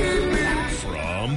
From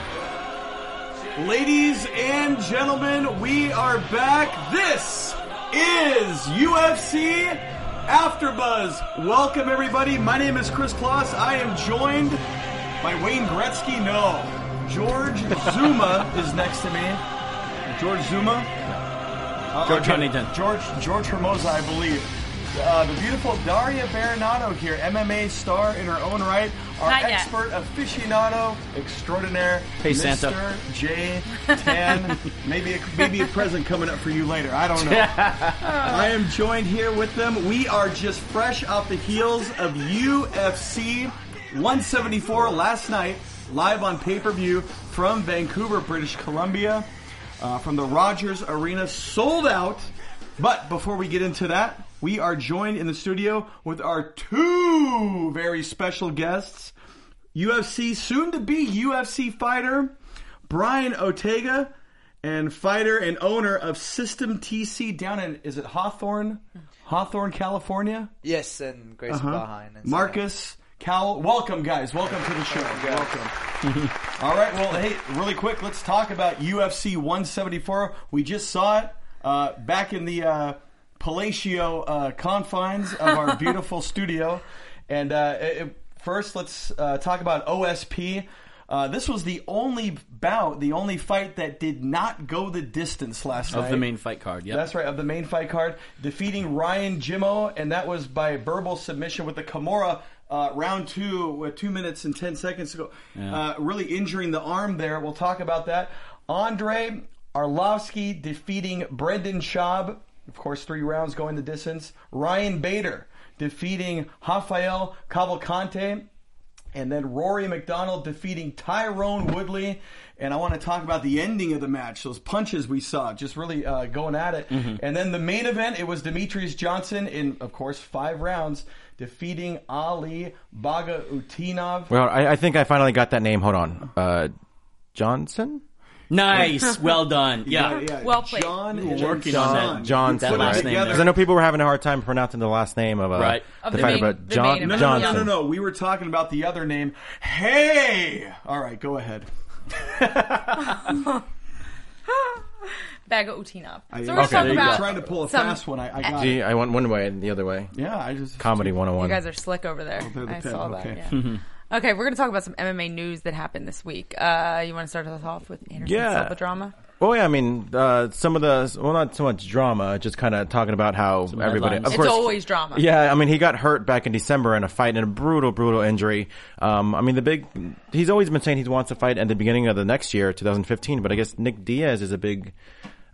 Ladies and gentlemen, we are back. This is UFC AfterBuzz. Welcome everybody. My name is Chris Kloss. I am joined by Wayne Gretzky. No, George Zuma is next to me. George Zuma. Uh, George okay. Huntington. George George Hermosa, I believe. Uh, the beautiful Daria Baronato here, MMA star in her own right, our Not yet. expert aficionado extraordinaire, Hey, Mr. Santa. J Tan. maybe a, maybe a present coming up for you later. I don't know. I am joined here with them. We are just fresh off the heels of UFC 174 last night, live on pay per view from Vancouver, British Columbia, uh, from the Rogers Arena, sold out. But before we get into that, we are joined in the studio with our two very special guests. UFC, soon to be UFC fighter, Brian Ortega, and fighter and owner of System TC down in, is it Hawthorne? Hawthorne, California? Yes, and Grace Uh-huh. Bahine. And Marcus, Cal, welcome guys. Welcome to the show. Welcome. All right, well, hey, really quick, let's talk about UFC 174. We just saw it uh, back in the uh, Palacio uh, confines of our beautiful studio. And uh, it, it- first, let's uh, talk about OSP. Uh, this was the only bout, the only fight that did not go the distance last night. Of the main fight card, yeah. That's right, of the main fight card, defeating Ryan Jimmo, and that was by verbal submission with the Kimura uh, round two, with two minutes and ten seconds to go. Uh, really injuring the arm there. We'll talk about that. Andre Arlovsky defeating Brendan Schaub, of course, three rounds going the distance. Ryan Bader defeating Rafael Cavalcante. And then Rory McDonald defeating Tyrone Woodley. And I want to talk about the ending of the match, those punches we saw, just really uh, going at it. And then the main event, it was Demetrius Johnson in, of course, five rounds, defeating Ali Bagautinov. Well, I, I think I finally got that name. Hold on. Uh, Johnson? Nice. well done. Yeah. Well played. John We're and working John. on that. Johnson. That last right? name there. Because I know people were having a hard time pronouncing the last name of, uh, Right. Of the, the fighter, main- but the John, main event. No, Johnson. no, no, no. We were talking about the other name. Hey! All right, go ahead. Bag of Utinov. So we're I- gonna Okay, talk there you about. go. trying to pull a some- fast one. I, I got Gee, it. I went one way and the other way. Yeah, I just Comedy 101. You guys are slick over there. they're the I pen, saw okay. that. Yeah. okay, we're gonna talk about some MMA news that happened this week. Uh, you want to start us off with Anderson Yeah. Silva drama? Well, yeah, I mean, uh, some of the, well, not so much drama, just kind of talking about how everybody, headlines. of It's course, It's always drama. Yeah, I mean, he got hurt back in December in a fight in a brutal, brutal injury. Um, I mean, the big, he's always been saying he wants to fight at the beginning of the next year, 2015, but I guess Nick Diaz is a big,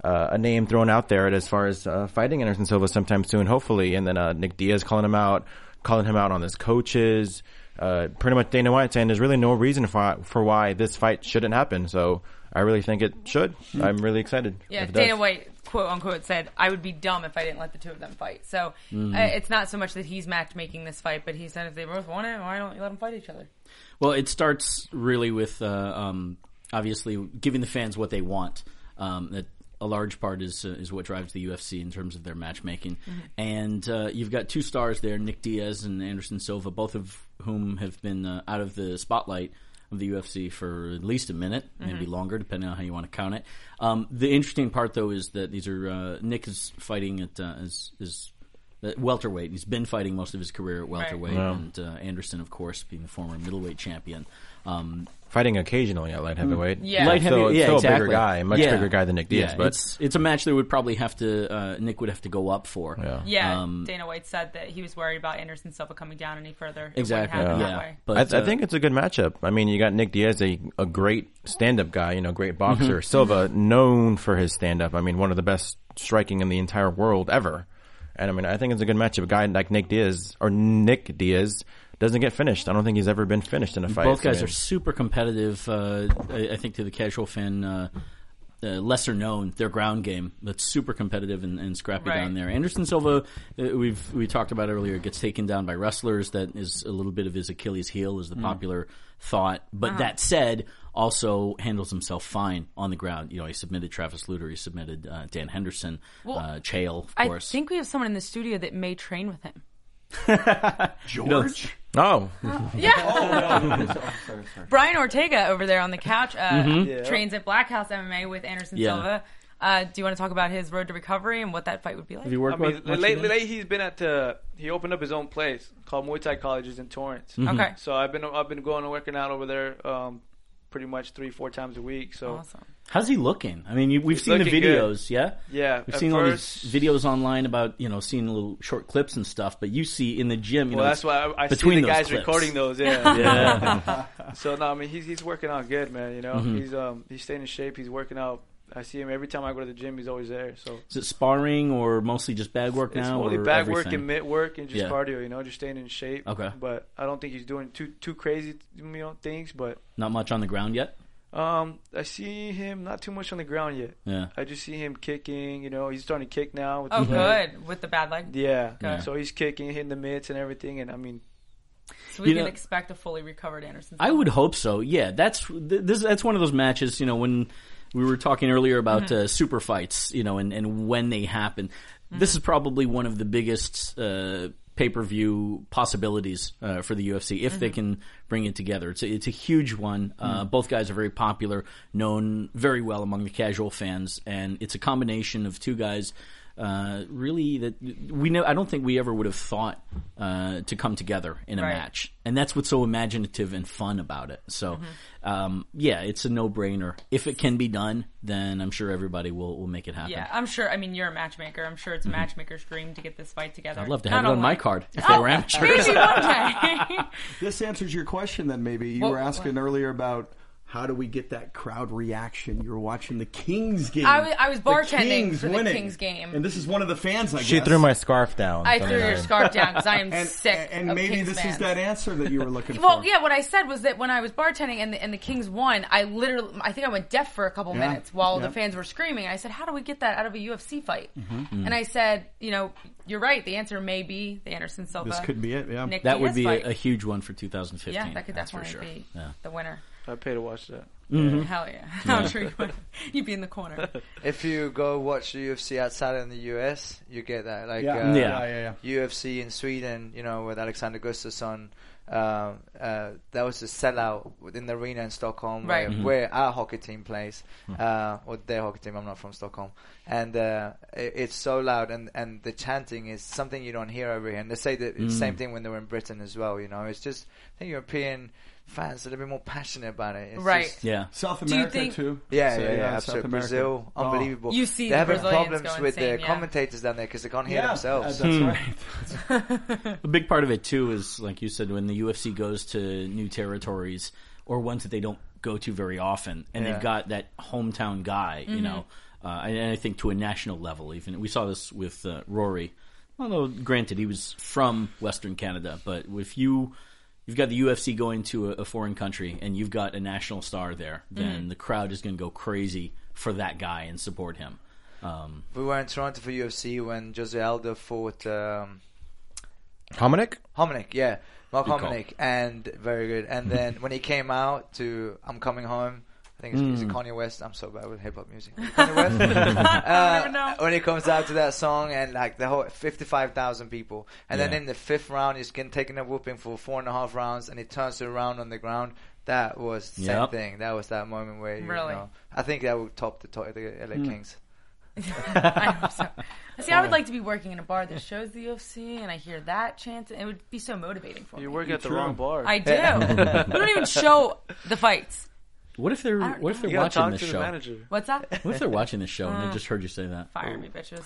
uh, a name thrown out there as far as uh, fighting Anderson Silva sometime soon, hopefully. And then uh, Nick Diaz calling him out, calling him out on his coaches. Uh, pretty much Dana White saying there's really no reason for, for why this fight shouldn't happen. So I really think it should. I'm really excited. Hmm. Yeah, if it does. Dana White, quote unquote, said, "I would be dumb if I didn't let the two of them fight." So Mm-hmm. uh, it's not so much that he's matchmaking this fight, but he said if they both want it, why don't you let them fight each other? Well, it starts really with uh, um, obviously giving the fans what they want. Um, that a large part is uh, is what drives the UFC in terms of their matchmaking. And uh, you've got two stars there, Nick Diaz and Anderson Silva, both of whom have been uh, out of the spotlight of the UFC for at least a minute, maybe longer, depending on how you want to count it. Um, the interesting part, though, is that these are uh, Nick is fighting at uh, is is uh, welterweight. He's been fighting most of his career at welterweight, Wow. and uh, Anderson, of course, being the former middleweight champion. Um, Fighting occasionally at light heavyweight. Yeah. light So- heavy, Mm. yeah, so a bigger exactly. guy, much Yeah. bigger guy than Nick Diaz, Yeah, but- it's it's a match that would probably have to uh, Nick would have to go up for. Yeah. Yeah, Um, Dana White said that he was worried about Anderson Silva coming down any further. Exactly. It wouldn't happen Yeah. that way. But I, I uh, think it's a good matchup. I mean, you got Nick Diaz, a, a great stand-up guy, you know, great Mm-hmm. boxer. Silva, known for his stand-up. I mean, one of the best striking in the entire world ever. And I mean, I think it's a good matchup. A guy like Nick Diaz or Nick Diaz doesn't get finished. I don't think he's ever been finished in a fight. both guys I mean, are super competitive. Uh, I, I think to the casual fan, uh, uh, lesser known, their ground game that's super competitive and, and scrappy Right. down there. Anderson Silva, uh, we've we talked about earlier, gets taken down by wrestlers. That is a little bit of his Achilles' heel, is the popular thought. But Uh-huh. that said. Also handles himself fine on the ground. You know, he submitted Travis Luter, he submitted uh, Dan Henderson, uh, Chael, of I course. think we have someone in the studio that may train with him. George? Oh, Oh, Brian Ortega over there on the couch uh, trains at Black House MMA with Anderson Yeah. Silva. Uh, do you want to talk about his road to recovery and what that fight would be like? Have you worked I mean, with much of lately, him? lately he's been at the. He opened up his own place called Muay Thai Colleges in Torrance. Mm-hmm. Okay. So I've been I've been going and working out over there, um, pretty much three four times a week. So Awesome. How's he looking? I mean, you, we've seen the looking good. videos, yeah. Yeah, we've at seen all first- these videos online about you know seeing little short clips and stuff, but you see in the gym, you well, know, uh, that's why I, I see between the those guys clips. recording those. Yeah. Yeah. So no, I mean he's he's working out good, man. You know Mm-hmm. he's um he's staying in shape. He's working out. I see him every time I go to the gym. He's always there. So Is it sparring or mostly just bag work it's now? only or back work everything? and mitt work and just Yeah. cardio. You know, just staying in shape. Okay. But I don't think he's doing too too crazy you know things. But Not much on the ground yet. Um, I see him not too much on the ground yet. Yeah. I just see him kicking. You know, he's starting to kick now. With Oh, Mm-hmm. his leg. good. With the bad leg. Yeah. Good. So he's kicking, hitting the mitts and everything. And I mean, So we You can know- expect a fully recovered Anderson Silva. I would hope so. Yeah, that's th- this. That's one of those matches. You know, when we were talking earlier about uh, super fights, you know, and, and when they happen, this is probably one of the biggest uh, pay per view possibilities uh, for the UFC if they can bring it together. It's a, it's a huge one. Uh, both guys are very popular, known very well among the casual fans, and it's a combination of two guys uh, really that we know. I don't think we ever would have thought uh, to come together in a Right. match, and that's what's so imaginative and fun about it. So, Mm-hmm. um, yeah, it's a no-brainer. If it can be done, then I'm sure everybody will will make it happen. Yeah, I'm sure. I mean, you're a matchmaker. I'm sure it's a matchmaker's dream to get this fight together. Mm-hmm. I'd love to have Not it on my online. card if they were amateurs. Maybe one day. This answers your question then maybe. You Well- were asking earlier about how do we get that crowd reaction? You were watching the Kings game. I was- I was The bartending Kings for the winning. Kings game. And this is one of the fans I she guess. threw my scarf down. I So, threw your yeah. scarf down because I am and, sick. And of maybe Kings this is fans. that answer that you were looking Well, for. yeah, what I said was that when I was bartending and the, and the Kings won, I literally, I think I went deaf for a couple Yeah. minutes while Yeah. Mm-hmm. the fans were screaming. I said, how do we get that out of a UFC fight? Mm-hmm. And I said, you know, you're right. The answer may be the Anderson Silva. This could be it, yeah. Nick That would Diaz be fight. a, a huge one for 2015. yeah, that could that's for definitely sure. be Yeah. the winner. I pay to watch that. Mm-hmm. Hell yeah. I'm sure you would. You'd be in the corner. If you go watch the UFC outside in the US, you get that. Like Yeah. yeah, uh, yeah, yeah. UFC in Sweden, you know, with Alexander Gustafsson, um, uh, that was a sellout within the arena in Stockholm Right. Hmm. where, Mhm. where our hockey team plays, uh, or their hockey team. I'm not from Stockholm, and uh, it, it's so loud, and, and the chanting is something you don't hear over here. And they say the Mm. same thing when they were in Britain as well. You know, it's just I think European fans are a little bit more passionate about it. It's Right. just- Yeah. South you America think- too. yeah, So, yeah, yeah, South absolutely. America. Brazil, Oh. unbelievable. You see They're the having Brazilians problems go with the insane, yeah. commentators down there because they can't hear Yeah, themselves. uh, Hmm. that's Hmm. right. A big part of it too is, like you said, when the UFC goes to new territories or ones that they don't go to very often, and Yeah. they've got that hometown guy, Mm-hmm. you know. Uh, and and I think to a national level, even we saw this with uh, Rory. Although, granted, he was from Western Canada, but if you you've got the UFC going to a, a foreign country and you've got a national star there, Mm-hmm. then the crowd is going to go crazy for that guy and support him. Um, We were in Toronto for UFC when Jose Aldo fought um, Hominick? Hominick, yeah, Mark Good call. Hominick, and very good. And then when he came out to "I'm Coming Home," I think it's, is Hmm. it Kanye West. I'm so bad with hip hop music. Kanye West. never know. uh, when he comes out to that song, and like the whole fifty-five thousand people, and Yeah. then in the fifth round, he's getting taken a whooping for four and a half rounds, and he turns around on the ground. That was the same Yep. thing. That was that moment where you Really? Hmm. know, I think that would top the, to- the LA Kings. I hope so. See, I would like to be working in a bar that shows the UFC, and I hear that chant. It would be so motivating for You me. work at the wrong bar. I do. we don't even show the fights. What if they're don't What if know. they're you gotta watching talk this to the show? manager. Uh. What's that? What if they're watching this show and they just heard you say that? Fire me, bitches.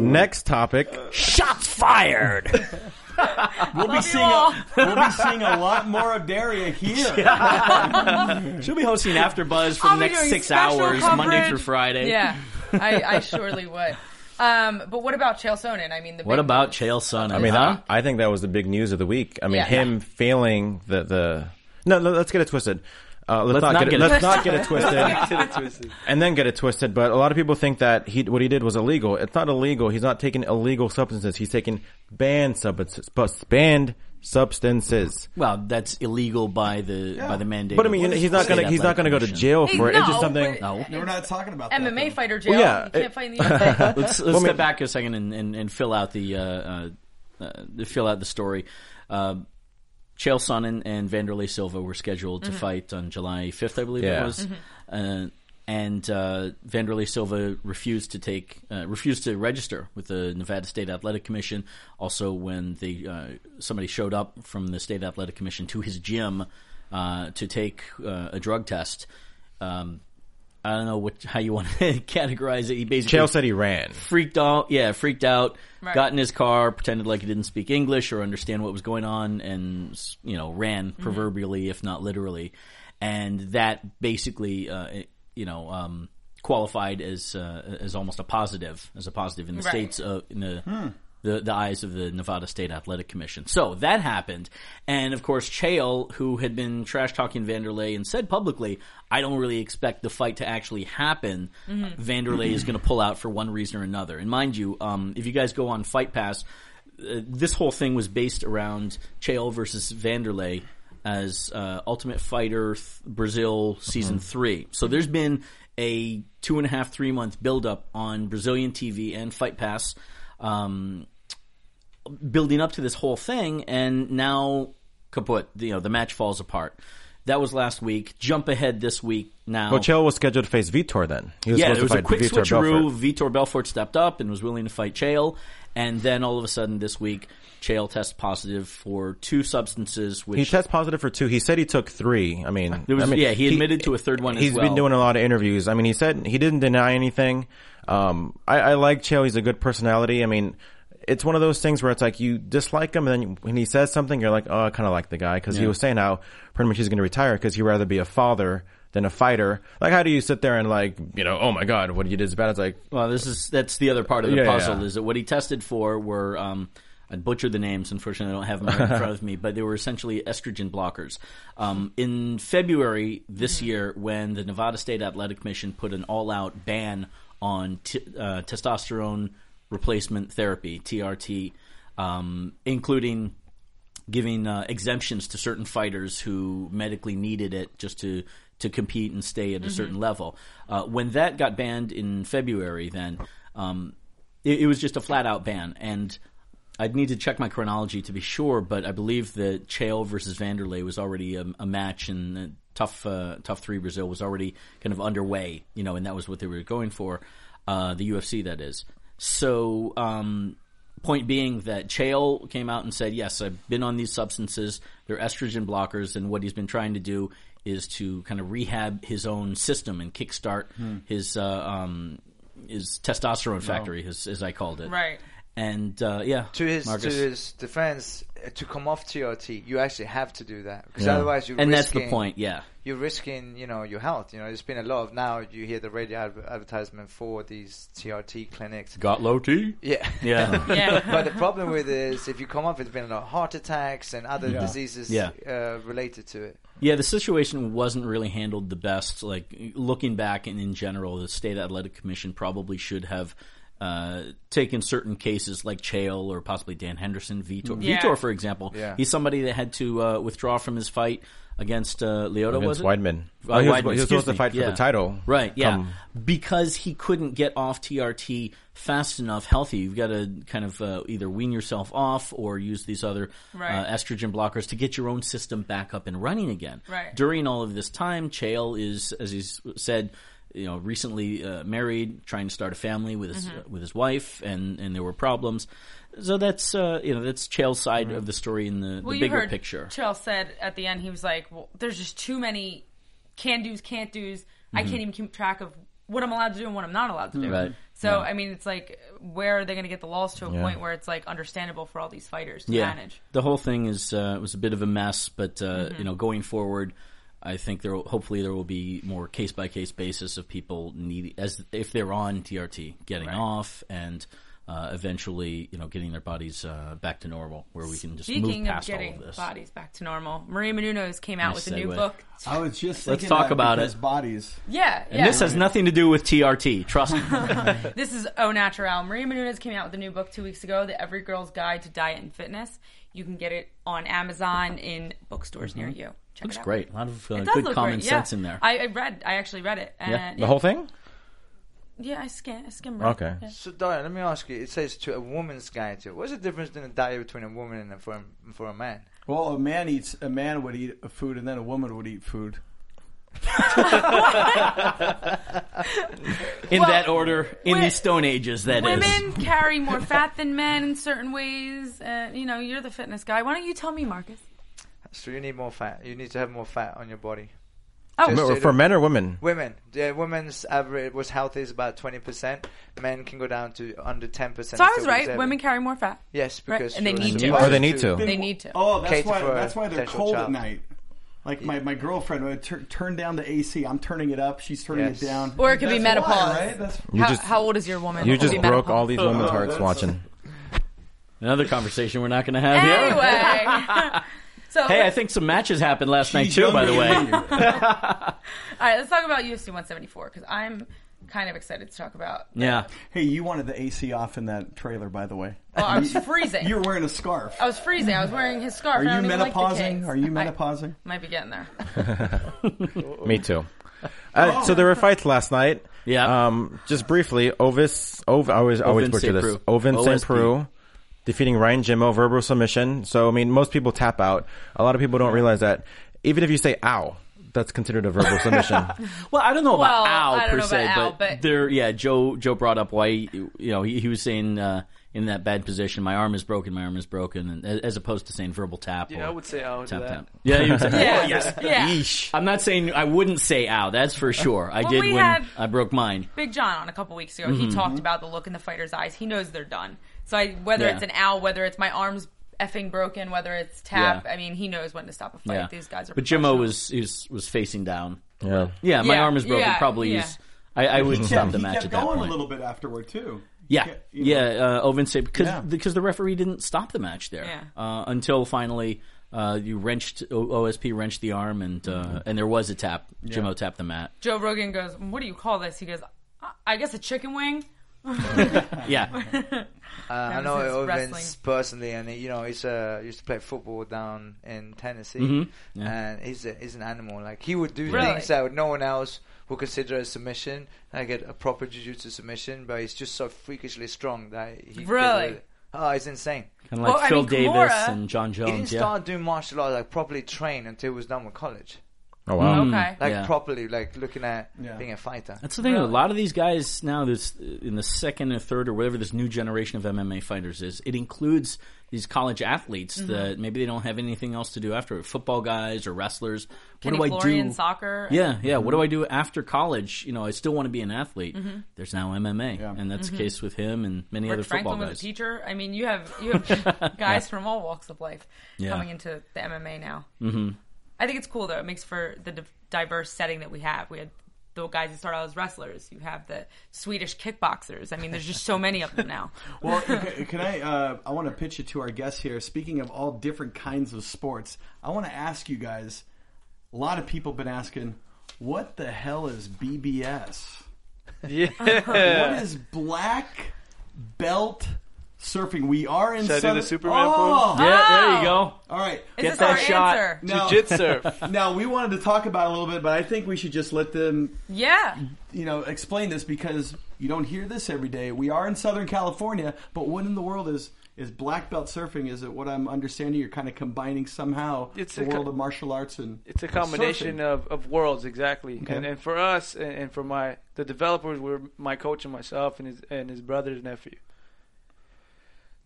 Next topic. Shots fired. We'll be Love you seeing all. a, we'll be seeing a lot more of Daria here. She'll be hosting After Buzz for I'll the be next doing six special hours, Monday coverage. through Friday. Yeah, I, I surely would. Um, but what about Chael Sonnen? I mean, the What big- about Chael Sonnen? I mean, huh? I, I think that was the big news of the week. I mean, Yeah. him failing the the. No, no, let's get it twisted. Uh, let's, not, get it. Let's not get it twisted, and then get it twisted. But a lot of people think that he what he did was illegal. It's not illegal. He's not taking illegal substances. He's taking banned substances. Banned substances. well, that's illegal by the by the mandate. But I of mean, the he's not state gonna he's not gonna go to athletic jail Hey, for it. it's just no, something. but- commission. No. We're not talking about that. MMA though. fighter Jail? yeah, you can't it- fight in the UFC. Let's, let's step back a second and, and, and fill out the uh, uh, uh, fill out the story. Uh, Chael Sonnen and Vanderlei Silva were scheduled to fight on July 5th, I believe Mm-hmm. Yeah. it Mm-hmm. was. Uh, and uh, Vanderlei Silva refused to take uh, refused to register with the Nevada State Athletic Commission. Also, when they uh, somebody showed up from the State Athletic Commission to his gym uh, to take uh, a drug test. Um, I don't know what how you want to categorize it. He basically Chael said he ran. freaked out. Yeah, freaked out. Right. Got in his car, pretended like he didn't speak English or understand what was going on, and you know ran proverbially, if not literally, and that basically, uh, it- you know, um, qualified as uh, as almost a positive, as a positive in the Right. states uh, in the. The, the eyes of the Nevada State Athletic Commission. So that happened. And of course, Chael, who had been trash talking Vanderlei and said publicly, I don't really expect the fight to actually happen. Vanderlei is going to pull out for one reason or another. And mind you, um, if you guys go on Fight Pass, uh, this whole thing was based around Chael versus Vanderlei as uh, Ultimate Fighter th- Brazil season Mm-hmm. three. So there's been a two and a half, three month buildup on Brazilian TV and Fight Pass. Um, building up to this whole thing, and now kaput. You know, the match falls apart. That was last week. Jump ahead this week now. Well, Chael was scheduled to face Vitor. Then he was yeah, supposed there was to a fight quick Vitor switcheroo. Belfort. Vitor Belfort stepped up and was willing to fight Chael, and then all of a sudden this week, Chael tests positive for two substances, He which test positive for two. He said he took three. I mean, There was- I mean, yeah, he admitted to a third one as He's been well. doing a lot of interviews. I mean, he said he didn't deny anything. Um, I, I like Chael. He's a good personality. I mean, it's one of those things where it's like you dislike him, and then you- when he says something, you're like, oh, I kind of like the guy because he was saying how pretty much he's going to retire because he'd rather be a father than a fighter. Like, how do you sit there and like, you know, oh my god, what you did is bad? It's like, Well, this is that's the other part of the Yeah, yeah, puzzle yeah. is that what he tested for were um, I butchered the names. Unfortunately, I don't have them right in front of me, but they were essentially estrogen blockers. Um, in February this year, when the Nevada State Athletic Commission put an all-out ban on t- uh, testosterone replacement therapy (TRT), um, including giving uh, exemptions to certain fighters who medically needed it just to to compete and stay at a certain level. Uh, when that got banned in February, then um, it, it was just a flat out ban. And I'd need to check my chronology to be sure, but I believe that Chael versus Vanderlei was already a, a match, and uh, tough uh, tough three Brazil was already kind of underway, you know, and that was what they were going for, uh, the UFC that is. So um, Point being that Chael came out and said, "Yes, I've been on these substances. They're estrogen blockers, and what he's been trying to do is to kind of rehab his own system and kickstart Hmm. his uh, um, his Oh. testosterone factory, as, as I called it. Right. And uh, yeah, To his Marcus. to his defense, uh, to come off TRT, you actually have to do that because otherwise you're and that's risking, the point. Yeah, You're risking, you know, your health. You know, there's been a lot of now. You hear the radio adver- advertisement for these TRT clinics. got low T. Yeah. Yeah, yeah. but the problem with it is if you come off, it's been a lot of heart attacks and other diseases Yeah. uh, related to it. Yeah, the situation wasn't really handled the best. Like looking back and in general, the state athletic commission probably should have uh, taken certain cases like Chael or possibly Dan Henderson, Vitor, Yeah. Vitor for example. Yeah. He's somebody that had to uh, withdraw from his fight against uh, Leota. Vince was it? Weidman. Uh, Oh, he was- Weidman, he was excuse supposed to me. fight for the Yeah. title. Right. Yeah. Come- Because he couldn't get off TRT fast enough, healthy. You've got to kind of uh, either wean yourself off or use these other Right. uh, estrogen blockers to get your own system back up and running again. Right. During all of this time, Chael is, as he's said, you know recently uh, married, trying to start a family with his Mm-hmm. uh, with his wife, and and there were problems. So that's uh, you know that's Chael's side of the story in the, Mm-hmm. Well, the you bigger heard picture. Chael said at the end, he was like, well, there's just too many can do's, can't do's. I can't even keep track of what I'm allowed to do and what I'm not allowed to do. Right. So, I mean, it's like, where are they going to get the laws to a Yeah. point where it's like understandable for all these fighters to manage? Mm-hmm. The whole thing is uh, was a bit of a mess, but uh, you know, going forward, I think there will, hopefully there will be more case by case basis of people needing as if they're on TRT getting off and. Uh, eventually, you know, getting their bodies uh, back to normal, where we can just move Speaking of past all getting of this. bodies back to normal, Maria Menounos came out Nice with a new segue. book. I was just Let's thinking talk that about because it. Bodies. Yeah, And yeah. this has nothing to do with TRT. Trust me. This is Au Natural. Maria Menounos came out with a new book two weeks ago, The Every Girl's Guide to Diet and Fitness. You can get it on Amazon in bookstores near you. Mm-hmm. Check looks it out. great. A lot of uh, It does good look common great, yeah. sense in there. I, I read. I actually read it. And Yeah, Uh, yeah, The whole thing? Yeah, I skim. I skimmed. Read Okay. It. So, Dara, let me ask you. It says to a woman's guide to. What's the difference in a diet between a woman and a, for a, for a man? Well, a man eats. A man would eat a food, and then a woman would eat food. in Well, that order, in wi- the Stone Ages, that is. Women carry more fat than men in certain ways. Uh, you know, you're the fitness guy. Why don't you tell me, Marcus? So you need more fat. You need to have more fat on your body. Oh, Just- For men or women? Women, the women's average was healthy is about twenty percent. Men can go down to under ten percent. so I was right. Women carry more fat. yes, Right, because and they you're need supposed to. Or they need to. They need to. Oh, that's Cater why. for a That's why they're potential cold at child. night. Like my, my girlfriend would tur turn down the AC. I'm turning it up. She's turning Yes. it down. Or it could be That's why, menopause. right? That's You How, just how old is your woman? you It'll just be broke all menopause. these women's hearts that's- watching. Another conversation we're not going to have here. Anyway. so Hey, I think some matches happened last night too. By the way, all right, let's talk about UFC 174 because I'm kind of excited to talk about. yeah. Hey, you wanted the AC off in that trailer, by the way. Oh, I was freezing. You're wearing a scarf. I was freezing. I was wearing his scarf. Are and I you don't even like the menopausing? kids. Are you Oh, I menopausing? might be getting there. Me too. Uh, so there were fights last night. Yeah. Um, just briefly, Ovis. Ov, I always always Ovin butcher St. this. Preux. Ovin St. OSP. Preux defeating Ryan Jimmo verbal submission. So I mean, most people tap out. A lot of people don't realize that. Even if you say "ow," that's considered a verbal submission. Well, I don't know about Well, Al I don't per know se, about Al, but, but- there, yeah, Joe Joe brought up why you know he, he was saying uh, in that bad position, my arm is broken, my arm is broken, and, as opposed to saying verbal tap. Yeah, or I would say ow to tap that. tap. Yeah, you would say, Yeah. oh, yes. Yeah. Yeesh. I'm not saying I wouldn't say ow. That's for sure. I Well, did we when had- I broke mine. Big John on a couple weeks ago. Mm-hmm. He talked about the look in the fighter's eyes. He knows they're done. So I, whether Yeah. it's an owl, whether it's my arms effing broken, whether it's tap, Yeah. I mean, he knows when to stop a fight. Yeah, These guys are. But Jimmo professional. was he was, was facing down. yeah. Yeah, my Yeah, arm is broken. yeah, Probably yeah. use- I, I would stop the he match kept at that going point. a little bit afterward too. Yeah, He kept- you know, yeah. Uh, Ovin said because Yeah. because the referee didn't stop the match there Yeah. uh, until finally uh, you wrenched o- OSP wrenched the arm and uh, and there was a tap. Jimmo tapped the mat. Joe Rogan goes, "What do you call this?" He goes, "I- "I guess a chicken wing." Yeah, Uh, I Ever know since Owens wrestling. personally, and you know he's uh, used to play football down in Tennessee, Mm-hmm. and he's a, he's an animal. Like he would do Really? things that no one else would consider a submission, like a, a proper jujitsu submission. But he's just so freakishly strong that he could- Really? oh, it's insane. and like Well, I Phil mean, Davis Kimura- and John He didn't Jones. Yeah, start doing martial arts like properly trained until he was done with college, Oh wow. Mm. Okay. like Yeah. properly, like looking at Yeah. being a fighter. that's the thing. A lot of these guys now, this in the second or third or whatever this new generation of MMA fighters is, it includes these college athletes that maybe they don't have anything else to do after football guys or wrestlers. Kenny what do Florian I do? soccer. Yeah, yeah. What do I do after college? You know, I still want to be an athlete. There's now MMA, and that's the case with him and many other Mm-hmm. Rick Franklin football was a guys. teacher. I mean, you have you have guys from all walks of life Yeah. coming into the MMA now. Mm-hmm. I think it's cool though. It makes for the div- diverse setting that we have. We had the guys that started out as wrestlers. You have the Swedish kickboxers. I mean, there's just so many of them now. Well, can, can I? Uh, I want to pitch it to our guests here. Speaking of all different kinds of sports, I want to ask you guys. A lot of people have been asking, what the hell is BBS? Yeah. what is black belt surfing? We are in. Should I do Southern- the Superman oh, pose? Yeah, there you go. All right. Is this that our shot. answer? Now, Jujitsu. now we wanted to talk about it a little bit, but I think we should just let them Yeah. you know, explain this because you don't hear this every day. We are in Southern California, but what in the world is is black belt surfing. Is it what I'm understanding? You're kind of combining somehow It's the a co- world of martial arts and It's a combination surfing. of, of worlds, exactly. Okay. And, and for us, and, and for my the developers were my coach and myself and his and his brother's nephew.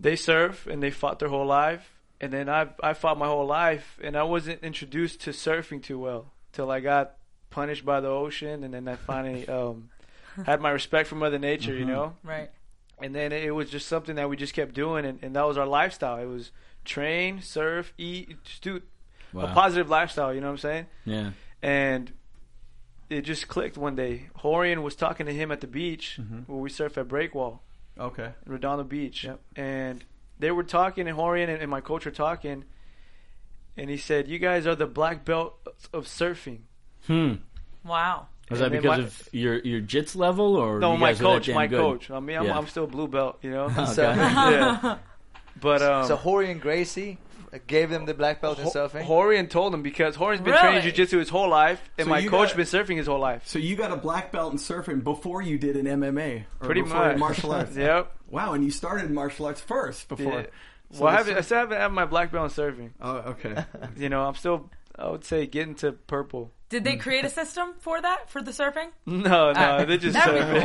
They surf and they fought their whole life, and then I I fought my whole life, and I wasn't introduced to surfing too well till I got punished by the ocean, and then I finally um, had my respect for Mother Nature, you know Right. and then it was just something that we just kept doing and, and that was our lifestyle it was train surf eat just do Wow. a positive lifestyle you know what i'm saying Yeah. and it just clicked one day horian was talking to him at the beach where we surf at breakwall okay. Redondo Beach, Mm-hmm. Yep. and they were talking, and Horian and, and my coach were talking, and he said, "You guys are the black belt of surfing." Hmm. Wow. Was And that then because my- of your your jits level or No, you my guys were that coach, damn my good? coach. I mean, I'm, Yeah. I'm still blue belt, you know. Oh, So- God. yeah. But um, So Hori and Gracie gave them the black belt eh? in Ho- surfing. Horian told him because Horian's been Really? training jujitsu his whole life, and So my you coach got- been surfing his whole life. So you got a black belt in surfing before you did an MMA, or Pretty before much. martial arts. Yep. Wow, and you started martial arts first before. Yeah. so well, I, this- haven't, I still haven't had my black belt in surfing. Oh, okay. You know, I'm still, I would say, getting to purple. Did Mm. they create a system for that for the surfing? No, no, they just Uh, That'd be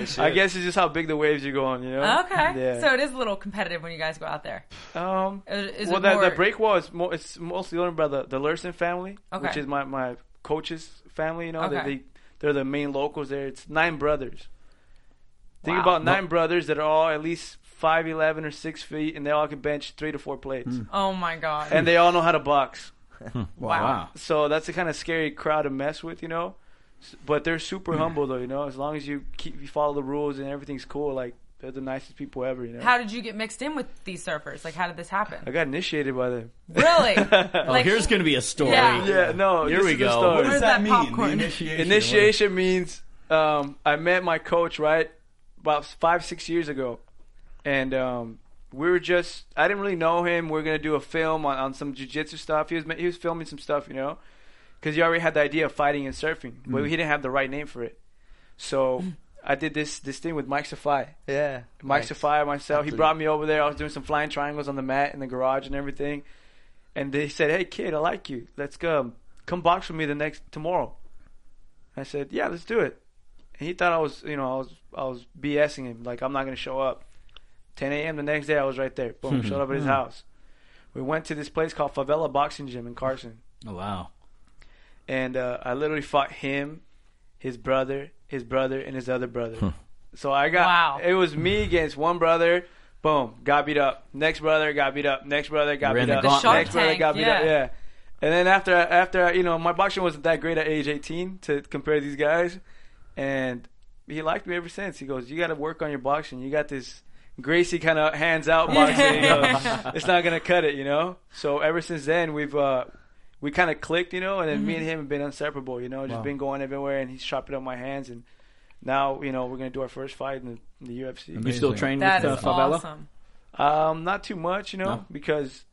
surfing. cool. I guess it's just how big the waves you're going. You know. Okay. Yeah. So it is a little competitive when you guys go out there. Um, Is- is well, it that, more- that break wall is more, it's mostly owned by the, the Lurson family, Okay. which is my, my coach's family. You know, Okay. they, they they're the main locals there. It's nine brothers. Think Wow. about nine brothers that are all at least five eleven or six feet, and they all can bench three to four plates, Oh my god. and they all know how to box. wow. Wow. So that's the kind of scary crowd to mess with, you know. S- But they're super humble though, you know. As long as you keep you follow the rules and everything's cool, like they're the nicest people ever, you know. How did you get mixed in with these surfers? Like, how did this I happen? got initiated by them. Really? Oh, like, here's going to be a story. Yeah. Yeah, no. Here this we is the go. What story. Where's does that that mean? popcorn? The initiation. Initiation means um, I met my coach right about five six years ago, and um, we were just I didn't really know him. We are gonna do a film on, on some jujitsu stuff. He was ma- he was filming some stuff, you know, because he already had the idea of fighting and surfing, but he didn't have the right name for it. So I did this this thing with Mike Safai. yeah. Mike Nice. Safire, myself. He brought me over there. I was doing some flying triangles on the mat in the garage and everything. And they said, "Hey kid, I like you. Let's go come box with me the next tomorrow." I said, "Yeah, let's do it." And he thought I was, you know, I was, I was BSing him. Like I'm not gonna show up. 10 a.m. the next day, I was right there. Boom, showed up at his house. We went to this place called Favela Boxing Gym in Carson, Oh, wow. and uh, I literally fought him, his brother, his brother, and his other brother. So I got Wow. it was me against one brother. Boom, got beat up. Next brother got beat up. Next brother got Ran beat the up. gauntlet. Next brother Shark got beat up. Tank, yeah. Yeah. And then after after you know my boxing wasn't that great at age 18 to compare these guys, and he liked me ever since. He goes, you got to work on your boxing. You got this Gracie kind of hands out boxing. you know? it's not gonna cut it, you know. So ever since then we've uh, we kind of clicked, you know, and then me Mm-hmm. and him have been inseparable, you know, just been going everywhere, and he's chopping up my hands, and now you know we're gonna do our first fight in the, in the UFC. You still train that with is uh, Favela? awesome. Um, not too much, you know, No? because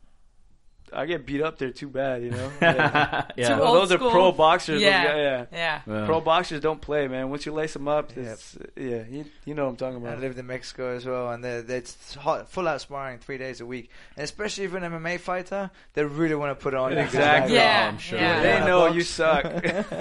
I get beat up there too bad, you know. Yeah. Yeah. Too Well, old those are school. pro boxers, those Yeah. guy- yeah. Yeah. Yeah. Oh, Pro boxers don't play, man. Once you lace them up, it's, yeah, you, you know what I'm talking I about. lived in Mexico as well, and they're, they're it's hot, full out sparring three days a week. And especially if you're an MMA fighter, they really want to put on. Exactly. Yeah. Oh, I'm sure. yeah. They Yeah, know box. you suck.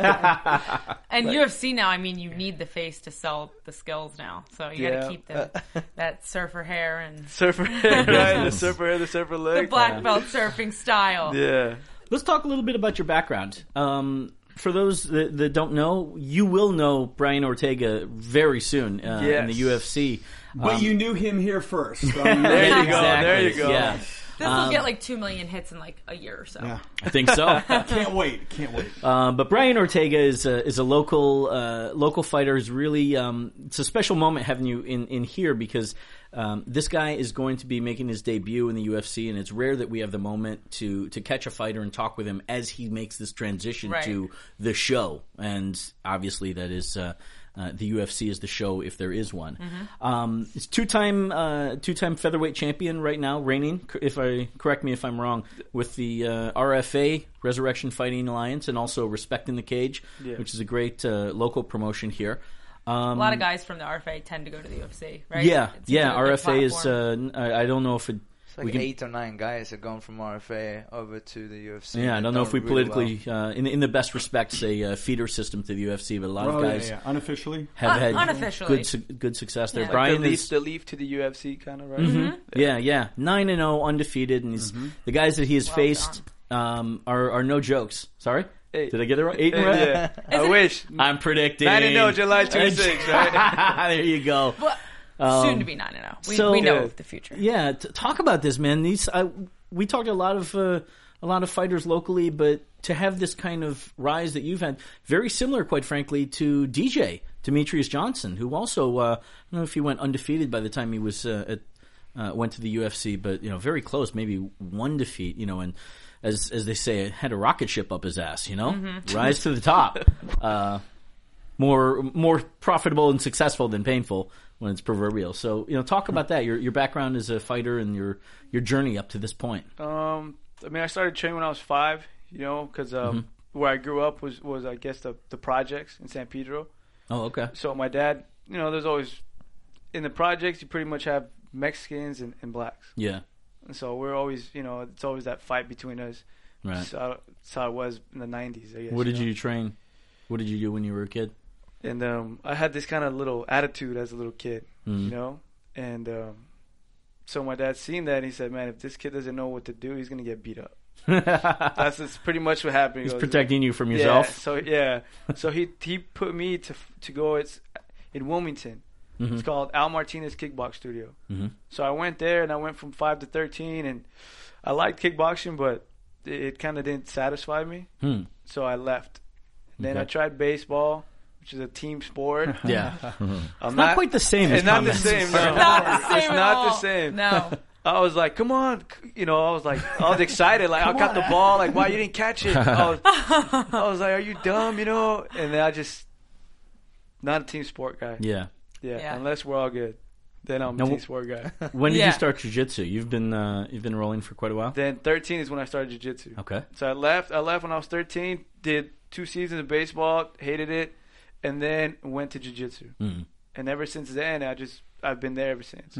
And UFC now, I mean, you need the face to sell the skills now. So you got Yeah. to keep the, that surfer hair and surfer hair, right? The surfer hair, the surfer the leg. black belt surfing style. Yeah. Let's talk a little bit about your background. Um, for those that, that don't know, you will know Brian Ortega very soon uh, in Yes. the UFC. But you knew him here first. So you There you go. Exactly. There you go. Yeah, This will Um, get like 2 million hits in like a year or so. I think so. can't wait. Can't wait. Um, but Brian Ortega is a, is a local uh, local fighter. Is really um, it's a special moment having you in in here because um, this guy is going to be making his debut in the UFC, and it's rare that we have the moment to to catch a fighter and talk with him as he makes this transition Right. to the show. And obviously, that is. Uh, uh, the UFC is the show if there is one. Um, it's two time uh, two time featherweight champion right now, reigning. cor- If I correct me if I'm wrong, with the uh, RFA Resurrection Fighting Alliance and also Respecting the Cage, which is a great uh, local promotion here. A lot of guys from the RFA tend to go to the UFC, right? Um, Yeah, It's yeah. a good RFA is. platform. Uh, n- I I don't know if it It's like We can- eight or nine guys have gone from RFA over to the UFC. Yeah, I They've don't know done if we really politically, uh, well. in in the best respects, a uh, feeder system to the UFC, but a lot Oh, of yeah, guys yeah. Unofficially. have Un- had unofficially. good su- good success there. Yeah. Mm-hmm. Like Brian the leaf, is Mm-hmm. the leaf to the UFC kind of right. yeah, yeah, nine and zero, undefeated, and he's Mm-hmm. the guys that he has Well faced um, are are no jokes. Sorry, Eight. did I get it right? Eight and Yeah, red? yeah. Mm-hmm. I wish. I'm predicting. I didn't know July 26, right? there you go. Well, soon to be nine and zero. uh, We, um, so- we know Yeah. the future. Yeah, t- talk about this, man. These I, we talked to a lot of uh, a lot of fighters locally, but to have this kind of rise that you've had, very similar, quite frankly, to DJ Demetrius Johnson, who also uh, I don't know if he went undefeated by the time he was uh, at, uh, went to the UFC, but you know, very close, maybe one defeat, you know, and. As, as they say, had a rocket ship up his ass, you know, rise to the top. Uh, more more profitable and successful than painful when it's proverbial. So you know, talk about that. Your your background as a fighter and your your journey up to this point. Um, I mean, I started training when I was five. You know, because um, Mm-hmm. where I grew up was was I guess the the projects in San Pedro. Oh, okay. So my dad, you know, there's always in the projects you pretty much have Mexicans and, and blacks. Yeah. And so we're always, you know, it's always that fight between us. Right. So, so it was in the '90s, I guess. What did know? you train? What did you do when you were a kid? And um, I had this kind of little attitude as a little kid, Mm-hmm. you Hmm. know. And um, so my dad seen that, and he said, "Man, if this kid doesn't know what to do, he's gonna get beat up." That's it's pretty much what happened. He He's goes, protecting you from Yeah, yourself. so yeah, so he he put me to to go. It's in Wilmington. Mm-hmm. It's called Al Martinez Kickbox Studio. Mm-hmm. So I went there and I went from five to thirteen, and I liked kickboxing, but it, it kind of didn't satisfy me. Hmm. So I left. Then I Okay. tried baseball, which is a team sport. Yeah. I'm Not quite the same. as It's not the comments. same. No. Not the same. It's at not the all. same. No. I was like, come on, c- you know. I was like, I was excited. Like, I caught the ball. Like, why you didn't catch it? I was, I was like, are you dumb? You know. And then I just not a team sport guy. Yeah. yeah. Yeah. Unless we're all good, then I'm Now, a team wh- sport guy. When did Yeah. you start jujitsu? You've been uh, you've been rolling for quite a while. then 13 is when I started jujitsu. Okay. So I left. I left when I was 13. Did two seasons of baseball. Hated it, and then went to jujitsu. Mm-hmm. Mm. And ever since then, I just I've been there ever since.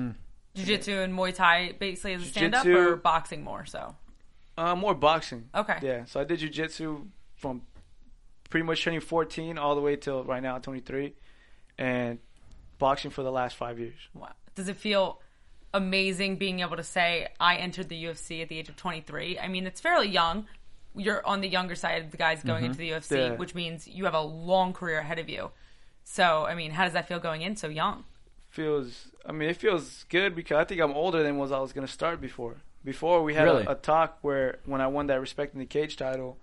Jiu-jitsu and Muay Thai basically as a stand-up Jiu-jitsu. or boxing more so? Uh, more boxing. Okay. Yeah. So I did jujitsu from pretty much training 14 all the way till right now 23, and boxing for the last five years. Wow. Does it feel amazing being able to say I entered the UFC at the age of 23? I mean, it's fairly young. You're on the younger side of the guys going into the UFC, Mm-hmm. Yeah. which means you have a long career ahead of you. So, I mean, how does that feel going in so young? Feels. I mean, it feels good because I think I'm older than was I was gonna start before. Before we had Really? a, a talk where when I won that respect in the cage title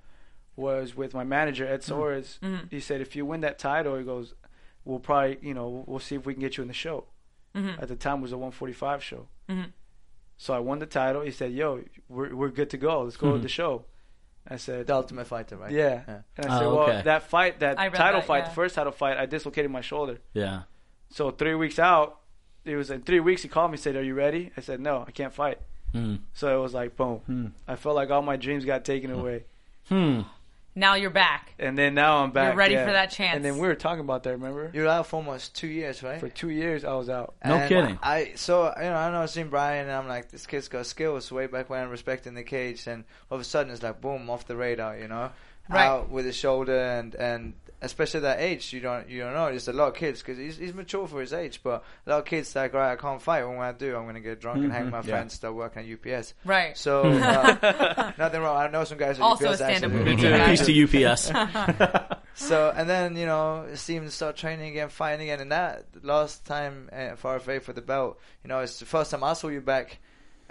was with my manager Ed Mm-hmm. Soares. Mm-hmm. He said if you win that title, he goes, we'll probably you know we'll see if we can get you in the show. Mm-hmm. At the time it was a 145 show. So I won the title. He said, "Yo, we're we're good to go. Let's go Mm-hmm. to the show." I said, The Ultimate Fighter, right? "Yeah." And I Oh, said, okay. "Well, that fight, that I read title that, fight, yeah. the first title fight, I dislocated my shoulder. Yeah. So three weeks out, it was in three weeks. He called me, said, "Are you ready?" I said, "No, I can't fight." Hmm. So it was like boom. I felt like all my dreams got taken Hmm. away, Now you're back. and then now I'm back. ready yeah. for that chance. And then we were talking about that. Remember? You're out for almost two years, right? For two years, I was out. No And kidding. I so you know I know I've seen Brian and I'm like this kid's got skills way back when respecting the cage and all of a sudden it's like boom off the radar you know Right. out with his shoulder and and especially that age you don't you don't know there's a lot of kids because he's, he's mature for his age but a lot of kids like right I can't fight when I do I'm gonna get drunk and hang Mm-hmm. my friends start working at UPS Right. so uh, nothing wrong I know some guys at Also UPS a stand-up actually. comedian. Yeah. Peace to UPS. So and then you know it seemed to start training again, fighting again, and that last time uh, for RFA for the belt, you know, it's the first time I saw you back,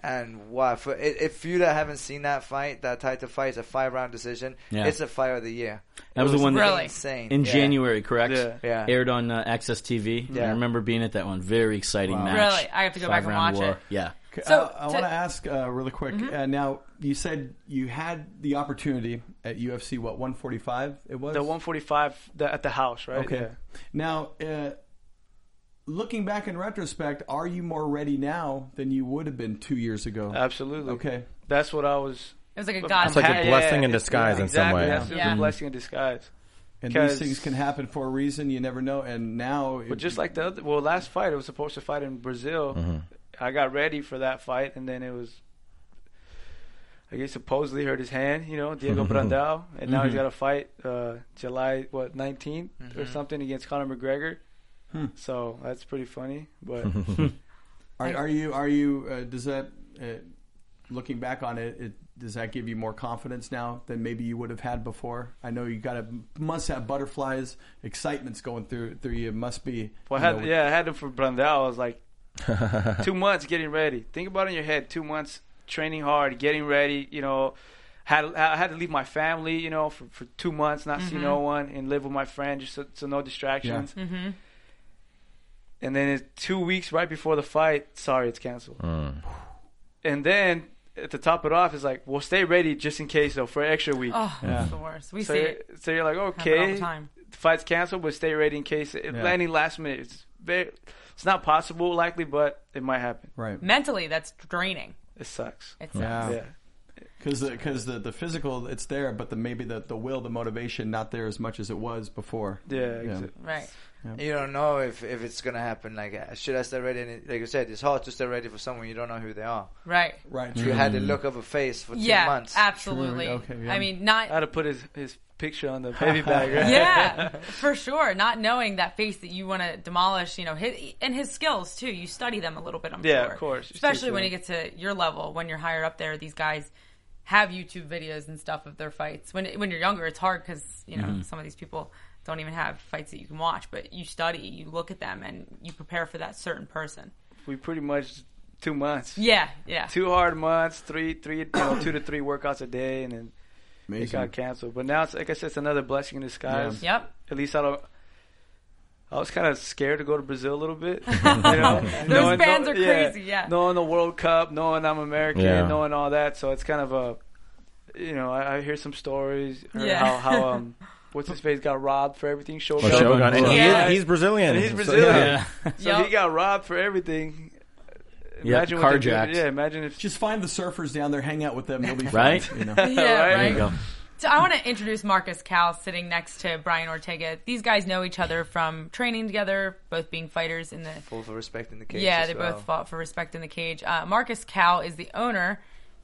and wow! For i- if you that haven't seen that fight, that title fight, it's a five round decision. Yeah. It's a fight of the year. That was the one that- Really? insane in Yeah. January, correct? Yeah. Yeah. Aired on uh, Access TV. Yeah. I remember being at that one. Very exciting match. Really? I have to go back and Five-round watch war. it. Yeah. I, I So, to- Mm-hmm. want to ask uh, really quick. Uh, now, you said you had the opportunity at UFC, what, 145 it was? The 145 the, at the house, right? Okay. Yeah. Now, uh, looking back in retrospect, are you more ready now than you would have been two years ago? Uh, Absolutely. Okay. That's what I was. It was like a I'm god. like a ha- blessing in it's- disguise in some exactly, way. That's, It was Yeah. a blessing in disguise. And these 'Cause- things can happen for a reason. You never know. And now, But just like the other, well, last fight, I was supposed to fight in Brazil. I got ready for that fight, and then it was I guess supposedly hurt his hand, you know, Diego Brandao, and now he's got a fight uh, July what 19th or something against Conor McGregor. So that's pretty funny, but Are, are you? Are you? Uh, does that? Uh, looking back on it, it, does that give you more confidence now than maybe you would have had before? I know you got to must have butterflies, excitement's going through through you. Must be. well, I you had know, yeah, I had him for Brandao. I was like two months getting ready. Think about it in your head, two months training hard, getting ready. You know, had I had to leave my family, you know, for, for two months, not see Mm-hmm. no one, and live with my friend, just so, so no distractions. And then it's two weeks right before the fight, sorry, it's canceled. Mm. And then to top it off, it's like, well, stay ready just in case though for an extra week. Oh, that's the worst. We so, see you're, it. so you're like, happen all okay, the time. the fight's canceled, but stay ready in case it, landing last minute. It's very, it's not possible, likely, but it might happen. Right. Mentally, that's draining. It sucks. It's Yeah. Yeah. Because because the, the physical it's there, but the maybe the, the will, the motivation, not there as much as it was before. Yeah, exa- right. You don't know if, if it's gonna happen. Like, uh, should I stay ready? And it- like you said, it's hard to stay ready for someone you don't know who they are. Right. Right. You had Mm. the look of a face for Yeah. two months. Absolutely. True. Okay, yeah. I mean, I had not. to put his, his picture on the baby bag, right? Yeah, for sure. Not knowing that face that you want to demolish, you know, his, and his skills too. You study them a little bit, I'm Yeah, sure. of course. You Especially study when them. you get to your level, when you're higher up there, these guys have YouTube videos and stuff of their fights. When when you're younger, it's hard because you know Mm-hmm. some of these people don't even have fights that you can watch. But you study, you look at them, and you prepare for that certain person. We pretty much two months. Yeah, yeah. Two hard months, three, three, you know, two to three workouts a day, and then it Amazing. got canceled. But now, it's like I said, it's another blessing in disguise. Yep. At least I don't. I was kind of scared to go to Brazil a little bit. You know, Those fans are crazy, yeah. knowing the World Cup, knowing I'm American, Yeah. knowing all that. So it's kind of a, you know, I, I hear some stories. heard Yeah. How how um, what's his face got robbed for everything. Shogun. Well, Shogun, and he Yeah. is- he's Brazilian. And he's So, Brazilian. yeah. Yeah. So Yep. he got robbed for everything. Yeah, what they did- carjacked. Yeah, imagine if. Just find the surfers down there, hang out with them, you'll be fine. Right? You know. Yeah, Right. right. There you go. So I want to introduce Marcus Cal sitting next to Brian Ortega. These guys know each other from training together, both being fighters in the Full for respecting the cage. yeah. as They well. both fought for respect in the cage. Uh, Marcus Cal is the owner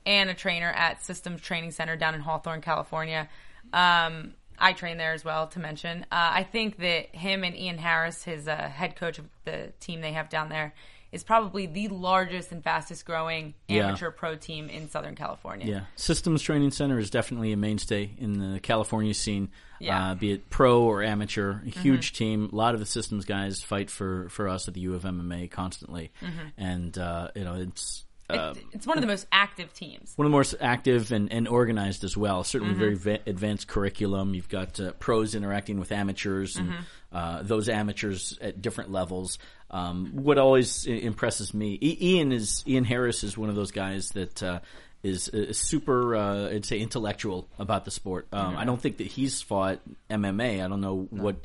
and a trainer at Systems Training Center down in Hawthorne, California. Um, I train there as well. To mention, uh, I think that him and Ian Harris, his uh, head coach of the team they have down there, is probably the largest and fastest growing Yeah. amateur pro team in Southern California. Yeah, Systems Training Center is definitely a mainstay in the California scene, Yeah. Mm-hmm. uh, be it pro or amateur. A huge team. A lot of the systems guys fight for, for us at the U of MMA constantly, Mm-hmm. and uh, you know it's uh, It's, it's one of the most active teams. one of the most active and, and organized as well. Certainly, very va- advanced curriculum. You've got uh, pros interacting with amateurs, and uh, those amateurs at different levels. Um, what always i- impresses me, I- Ian is Ian Harris is one of those guys that uh, is uh, super, uh, I'd say, intellectual about the sport. Um, I don't think that he's fought MMA. I don't know what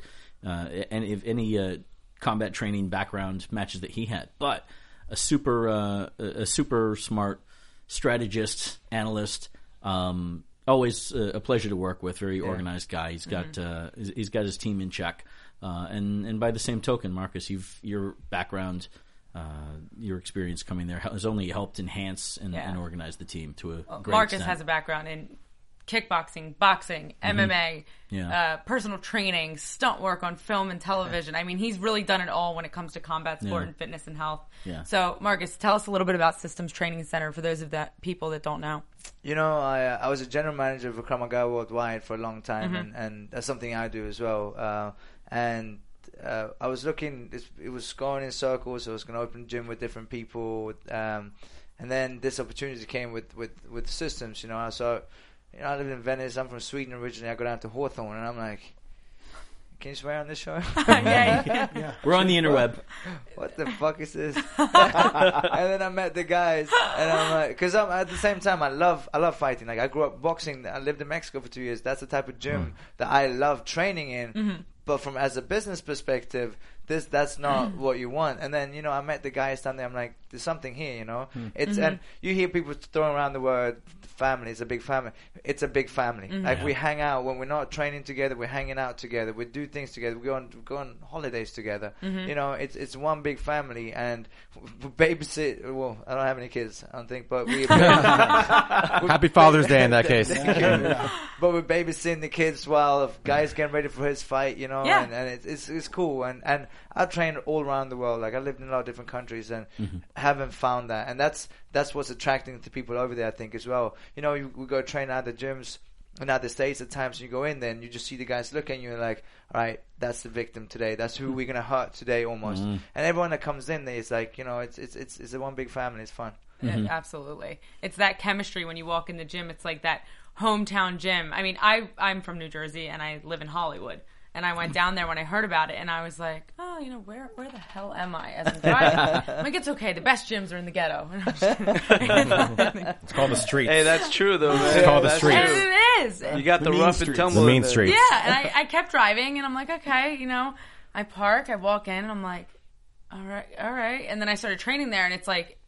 uh, and if any uh, combat training background matches that he had, but a super, uh, a a super smart strategist, analyst. Um, always a, a pleasure to work with. Very organized guy. He's got Mm-hmm. uh, he's- he's got his team in check. Uh, and and by the same token, Marcus, you've your background, uh, your experience coming there has only helped enhance and, Yeah. and organize the team to a great Marcus extent. Mm-hmm. has a background in kickboxing, boxing, MMA, Yeah. uh, personal training, stunt work on film and television. I mean, he's really done it all when it comes to combat sport Yeah. and fitness and health. Yeah. So, Marcus, tell us a little bit about Systems Training Center for those of that people that don't know. You know, I uh, I was a general manager for Kramaga worldwide for a long time, and, and that's something I do as well. Uh, and uh, I was looking; it, it was going in circles. I was going to open gym with different people, um, and then this opportunity came with with with systems. You know, so you know, I live in Venice. I'm from Sweden originally. I go down to Hawthorne, and I'm like, "Can you swear on this show?" yeah, We're on the interweb. what the fuck is this? and then I met the guys, and I'm like, because I'm at the same time, I love, I love fighting. Like I grew up boxing. I lived in Mexico for two years. That's the type of gym that I love training in. But from as a business perspective, this that's not what you want. And then you know, I met the guys down there. I'm like, there's something here, you know. It's and you hear people throwing around the word family. It's a big family. It's a big family. Like we hang out when we're not training together. We're hanging out together. We do things together. We go on go on holidays together. You know, it's it's one big family. And we babysit. Well, I don't have any kids. I don't think, but we. Happy Father's Day in that case. but we're babysitting the kids while the guys getting ready for his fight, you know, Yeah. and, and it's, it's it's cool. And and I trained all around the world. Like I lived in a lot of different countries and haven't found that. And that's that's what's attracting to people over there, I think, as well. You know, you, we go train at the gyms. In other states, at times you go in there and you just see the guys look at you and like, all right, that's the victim today. That's who we're gonna hurt today, almost. And everyone that comes in there is like, you know, it's it's it's it's a one big family. It's fun. Yeah, Absolutely. It's that chemistry when you walk in the gym. It's like that hometown gym. I mean, I, I'm from New Jersey and I live in Hollywood. And I went down there when I heard about it and I was like, oh, you know, where, where the hell am I as I'm driving? I'm like, it's okay. The best gyms are in the ghetto. And I'm just- It's called the streets. Hey, that's true though. Man. It's called the That's streets. true. and it is. You got the, mean rough and streets. tumble. the in mean there. streets. Yeah, and I, I kept driving, and I'm like, okay, you know, I park, I walk in, and I'm like, all right, all right, and then I started training there, and it's like,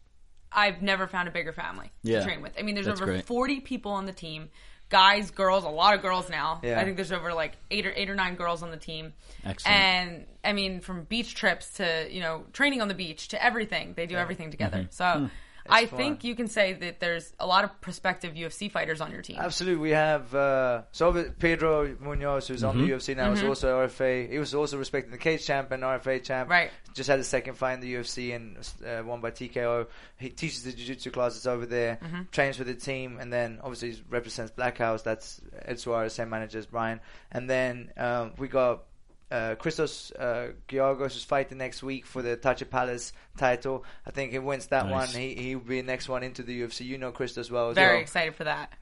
I've never found a bigger family Yeah. to train with. I mean, there's That's over great. 40 people on the team, guys, girls, a lot of girls now. Yeah. I think there's over like eight or eight or nine girls on the team. Excellent. And I mean, from beach trips to you know training on the beach to everything, they do everything together. Mm-hmm. So. Hmm. I think you can say that there's a lot of prospective UFC fighters on your team. Absolutely, we have uh, so the- Pedro Munoz, who's Mm-hmm. on the UFC now, is also RFA. He was also respected the cage champ and RFA champ. Right. Just had his second fight in the UFC and uh, won by TKO. He teaches the jiu-jitsu classes over there, Mm-hmm. trains with the team, and then obviously he represents Black House. That's Ed Suarez, same manager as Brian. And then um, we got uh, Christos uh, Georgos is fighting next week for the Tachi Palace title. I think he wins that one. He he'll be next one into the UFC. You know Christos well as Very well excited for that.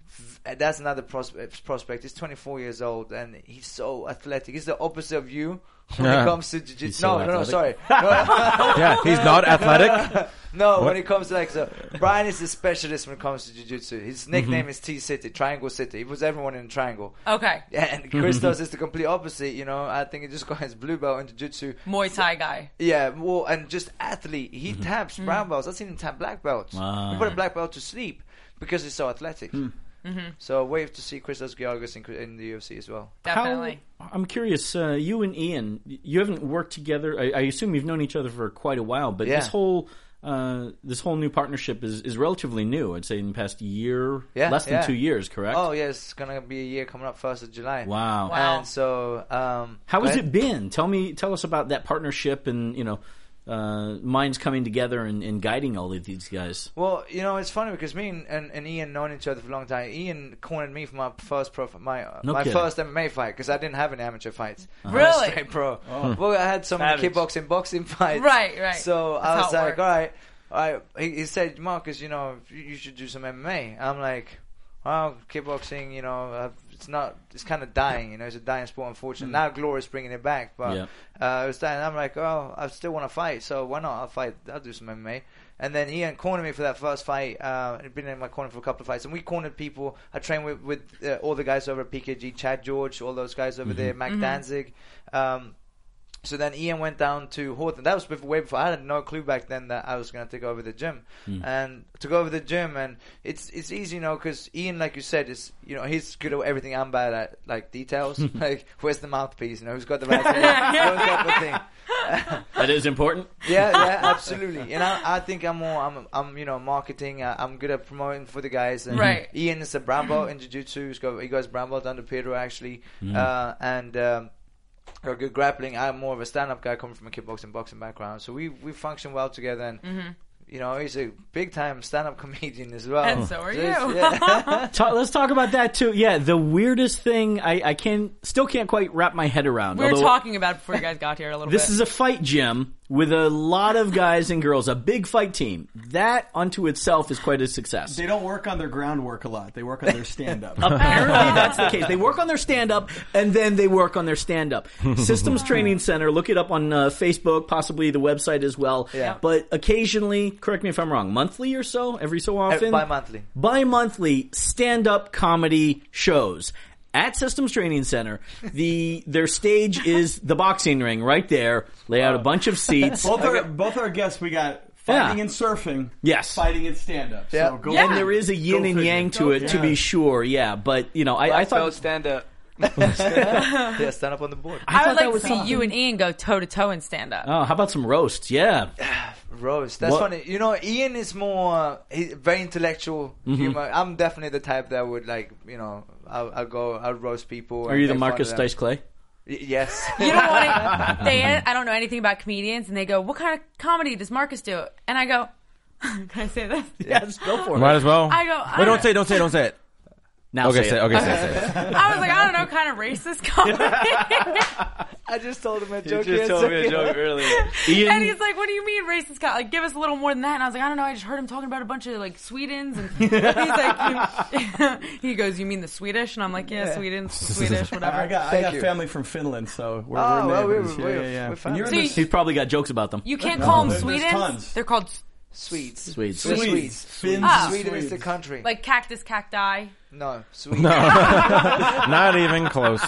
uh, that's another prospect. Prospect. He's 24 years old and he's so athletic. He's the opposite of you when it comes to He's jiu-jitsu. so no, no, no, sorry. athletic. No, yeah, he's not athletic. no, when it comes to like so, Brian is a specialist when it comes to jiu-jitsu. Mm-hmm. His nickname is T City, Triangle City. He puts everyone in a triangle. Okay, And Mm-hmm. Christos is the complete opposite. You know, I think he just got his blue belt in jiu-jitsu. Muay Thai guy. Yeah, well, and just athlete. He Mm-hmm. taps brown belts. I've seen him tap black belts. Wow. He put a black belt to sleep because he's so athletic. Hmm. So wave to see Christos Georgos in, in the UFC as well. Definitely. How, I'm curious. Uh, you and Ian, you haven't worked together. I, I assume you've known each other for quite a while, but this Yeah. whole uh, this whole new partnership is, is relatively new. I'd say in the past year, Yeah, less than yeah. two years, correct? Oh yeah, it's gonna be a year coming up first of July. wow. Wow. And so, um, How has Glenn- it been? Tell me, tell us about that partnership and you know, uh, minds coming together and, and guiding all of these guys. Well, you know, it's funny because me and, and, and Ian known each other for a long time. Ian cornered me for my first pro, my uh, No my kidding. Uh-huh. first MMA fight because I didn't have any amateur fights. Really? Oh. I was straight pro. Well, I had some Savage. kickboxing, boxing fights. Right, right. So That's I how was it like, works. all right, all right. He, he said, Marcus, you know, you, you should do some MMA. I'm like, well, kickboxing, you know, uh, it's not, it's kind of dying. You know, it's a dying sport, unfortunately. Now Glory's bringing it back, but Yeah. uh, it was that, and I'm like, oh, I still want to fight, so why not? I'll fight. I'll do some MMA. And then Ian cornered me for that first fight. Uh, he'd been in my corner for a couple of fights, and we cornered people. I trained with, with uh, all the guys over at PKG, Chad George, all those guys over there, Mm-hmm. Mac Danzig. Um, so then Ian went down to Horton. That was before, way before. I had no clue back then that I was going to take over the gym and took over the gym. And it's it's easy, you know, because Ian, like you said, is you know he's good at everything I'm bad at, like details, like where's the mouthpiece, you know, who's got the right thing, who's got the thing That is important. yeah, yeah, absolutely. And I, I think I'm more, I'm, I'm, you know, marketing. I, I'm good at promoting for the guys. And Right. Ian is a brown belt in jiu-jitsu. He's got, he goes brown belt under Pedro actually, uh, and um, got good grappling. I'm more of a stand-up guy coming from a kickboxing, boxing background. So we we function well together. And Mm-hmm. you know, he's a big-time stand-up comedian as well. And so are it's- you. yeah. Ta- let's talk about that too. Yeah, the weirdest thing I, I can still can't quite wrap my head around. We were although- talking about it before you guys got here a little This bit. is a fight gym with a lot of guys and girls, a big fight team. That unto itself is quite a success. They don't work on their groundwork a lot. They work on their stand-up. Apparently, that's the case. They work on their stand up and then they work on their stand up. Systems Training Center, look it up on uh, Facebook, possibly the website as well. Yeah. But occasionally, correct me if I'm wrong, monthly or so, every so often? bi-monthly. bi-monthly stand-up comedy shows at Systems Training Center. The their stage is the boxing ring right there. Lay out a bunch of seats. Both our both our guests we got fighting Yeah. and surfing. Yes. Fighting and stand up. Yeah. So go And there is a yin Go and figure. yang Go to it, to figure. be sure. Yeah, but you know, I, I I thought felt stand up. Yeah, stand up on the board. I, thought would that like to was see something. you and Ian go toe to toe and stand up. Oh, how about some roasts? Yeah, Roast. That's What- funny. You know, Ian is more uh, he, very intellectual humor. I'm definitely the type that would like, you know, I'll, I'll go, I'll roast people. are you the Marcus Dice Clay? Yes. You don't want to. They, I don't know anything about comedians, and they go, "What kind of comedy does Marcus do?" And I go, "Can I say this?" Yes, go for Might as well. I go, I Wait, don't- don't say, it, don't say, it, don't say it. Now Okay, say say, it. it, okay, say, it, say. it. I was like, "I don't know, kind of racist comedy." I just told him a You joke. just yeah, told me a it's joke okay. earlier. And he's like, "What do you mean racist guy? Like, give us a little more than that." And I was like, "I don't know. I just heard him talking about a bunch of like Swedens." And he's like, you, "He goes, you mean the Swedish?" And I'm like, "Yeah, Sweden, Swedish, I whatever." got, I Thank got you. family from Finland, so we're, Oh, we're well, we- neighbors. we- yeah, yeah, we- yeah. we're And fine. you're in So the you- He's probably got jokes about them. You can't call them there's Swedens. tons. They're called Swedes. Swedes. Swedes. Swedes. Finns. Ah. Swedes. Sweden is the country. like cactus cacti. no, Swedes. Not even close.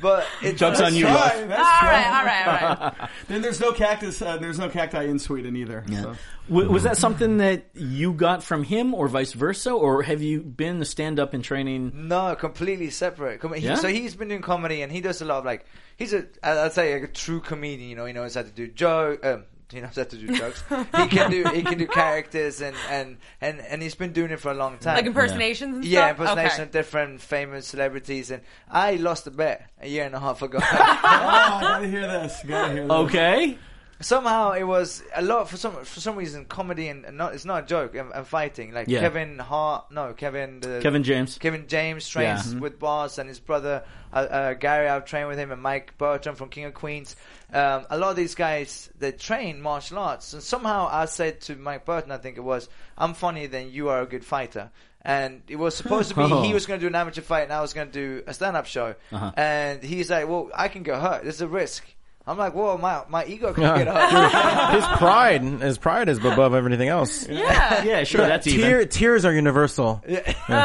But it's Jokes on you. All Ralph. right, All that's right, all right, all right. Then there's no cactus. Uh, there's no cacti in Sweden either. So. W- was that something that you got from him, or vice versa, or have you been a stand-up and training? No, completely separate. Com- he, Yeah? So he's been doing comedy, and he does a lot of like he's a I- I'd say like a true comedian. You know, he knows how to do joke. Um, he knows how to do jokes. he can do he can do characters, and and and and he's been doing it for a long time. Like impersonations and yeah, stuff. Okay. impersonation of different famous celebrities, and I lost a bet a year and a half ago. Oh, I gotta hear this. Gotta hear this. Okay, somehow it was a lot for some for some reason comedy and and not it's not a joke and, and fighting like Yeah. Kevin Hart no Kevin the, Kevin James. Kevin James trains Yeah. with Boss and his brother uh, uh, Gary I've trained with him and Mike Bertram from King of Queens um, a lot of these guys they train martial arts and somehow I said to Mike Burton I think it was I'm funnier than you are a good fighter and it was supposed to be Oh. he was going to do an amateur fight and I was going to do a stand up show Uh-huh. and he's like well I can get hurt there's a risk I'm like, whoa, my my ego can get hurt. His pride, his pride is above everything else. Yeah. Yeah, sure, that's even. Tear, tears are universal.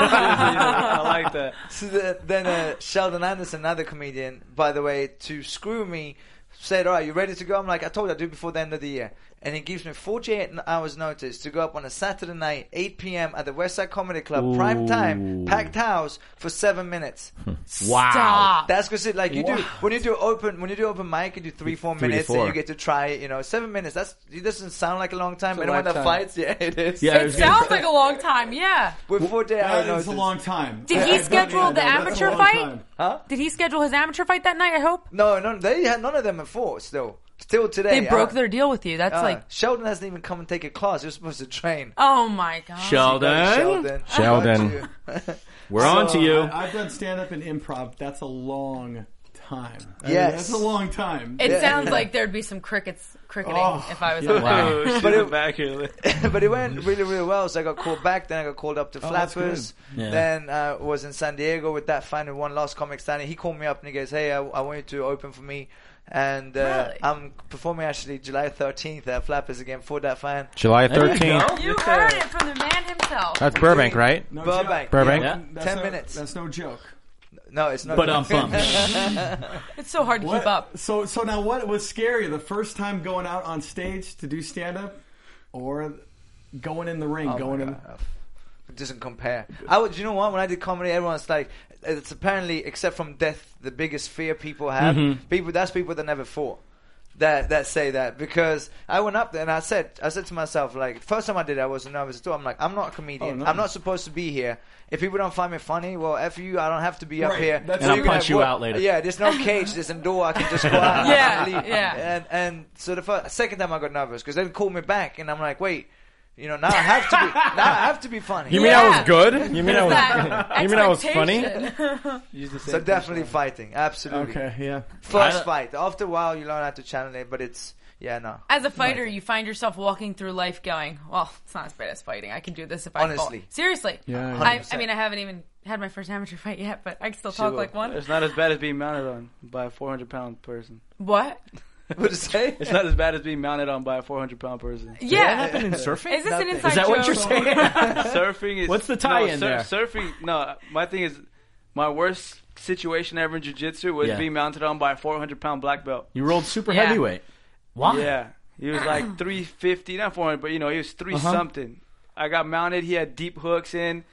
I like that. So the, then uh, Sheldon Anderson, another comedian, by the way, to screw me, said, "All right, you ready to go?" I'm like, "I told you I'd do it before the end of the year." And he gives me 48 n- hours notice to go up on a Saturday night, 8 p.m. at the Westside Comedy Club, prime time, packed house for seven minutes. Wow. Stop. That's because like you do when you do open when you do open mic, you do three four Three to minutes, four. and you get to try you know seven minutes. That's it doesn't sound like a long time, a and when the lifetime. fights, yeah, it is. Yeah, I It was gonna sounds say- like a long time. Yeah. with 48 hours That is notice. Uh, a long time. Did he schedule the amateur fight? Huh? Did he schedule his amateur fight that night? I hope No, no, they had none of them at four. Still, still today they broke Uh, their deal with you. That's uh, like, Sheldon hasn't even come and take a class. You're supposed to train. oh my god. Sheldon, Sheldon. Sheldon. Aren't you? we're on to you. Uh, I, have done stand up and improv. That's a long time. I mean, Yes. that's a long time. It sounds like there'd be some crickets cricketing Oh, if I was yeah. on Wow. there. Oh, she's But but it- back here. but it went really, really well. So I got called back. Then I got called up to that's Flappers. Oh, good. Yeah. Then I was in San Diego with that fan who won Last Comic Standing. He called me up and he goes, "Hey, I, I want you to open for me." And uh, Really? I'm performing actually July 13th at Flappers again for that fan. July There you 13th. go. You heard it from the man himself. That's Burbank, right? No Burbank. joke. Burbank. Yeah. That's Ten no- minutes. That's no joke. No, it's not. But um, bum. It's so hard to What- keep up. So so now what was scary? The first time going out on stage to do stand up, or going in the ring, Oh my going in. God. It doesn't compare. I would, you know what? When I did comedy, everyone's like, it's apparently, except from death, the biggest fear people have. Mm-hmm. People, that's people that never fought. That that say that because I went up there and I said I said to myself like first time I did it, I wasn't nervous at all I'm like I'm not a comedian Oh, no. I'm not supposed to be here if people don't find me funny well f you I don't have to be up Right. here That's And I'll You punch have- you what- out later. yeah there's no cage there's a door I can just go out and Yeah, leave. yeah. and and so the first, second time I got nervous because they called me back and I'm like wait you know now I have to be now I have to be funny You mean I was good? You mean I That was? You mean I was funny? expectation. Use the same So definitely fighting, absolutely. Okay, yeah. First fight. After a while, you learn how to channel it, but it's yeah, no. As a fighter, you find yourself walking through life going, "Well, it's not as bad as fighting. I can do this if I Honestly. fall." seriously. Yeah, yeah. I, I mean, I haven't even had my first amateur fight yet, but I can still talk will. like one. It's not as bad as being mounted on by a 400 pound person. What? Would you say? It's not as bad as being mounted on by a 400 pound person. Yeah. in surfing. Is this an inside Is that what joke? you're saying? surfing is What's the tie no, in there? Surfing. No, my thing is, My worst situation ever in jiu-jitsu was Yeah. being mounted on by a 400 pound black belt. You rolled super Yeah. heavyweight. Why? Yeah, he was like 350, not 400, but you know, he was 3 something. I got mounted. He had deep hooks in.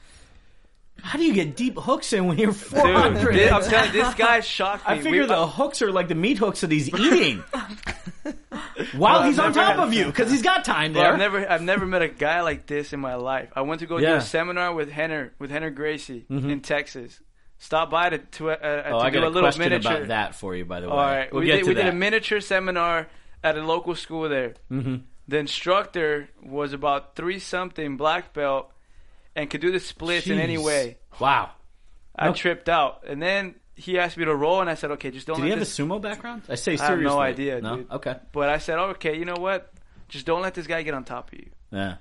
How do you get deep hooks in when you're Dude, 400? thi- I'm telling you, this guy shocked me. I figure We- the hooks are like the meat hooks that he's eating while he's on never top had- of you because he's got time Well, there. I've never I've never met a guy like this in my life. I went to go do Yeah. Mm-hmm. a seminar with Henner with Henner Gracie in Texas. Stop by to to, uh, uh, oh, to I got do a, a little question miniature. about that for you, by the way. All right, we'll we, get did, to we that. did a miniature seminar at a local school there. Mm-hmm. The instructor was about three something black belt and could do the splits in any Jeez. way. Wow. I Okay. tripped out, and then he asked me to roll, and I said, "Okay, just don't." Did let he have a this... sumo background? I say I have seriously. no idea, No? dude. Okay. But I said, "Okay, you know what? Just don't let this guy get on top of you." Yeah.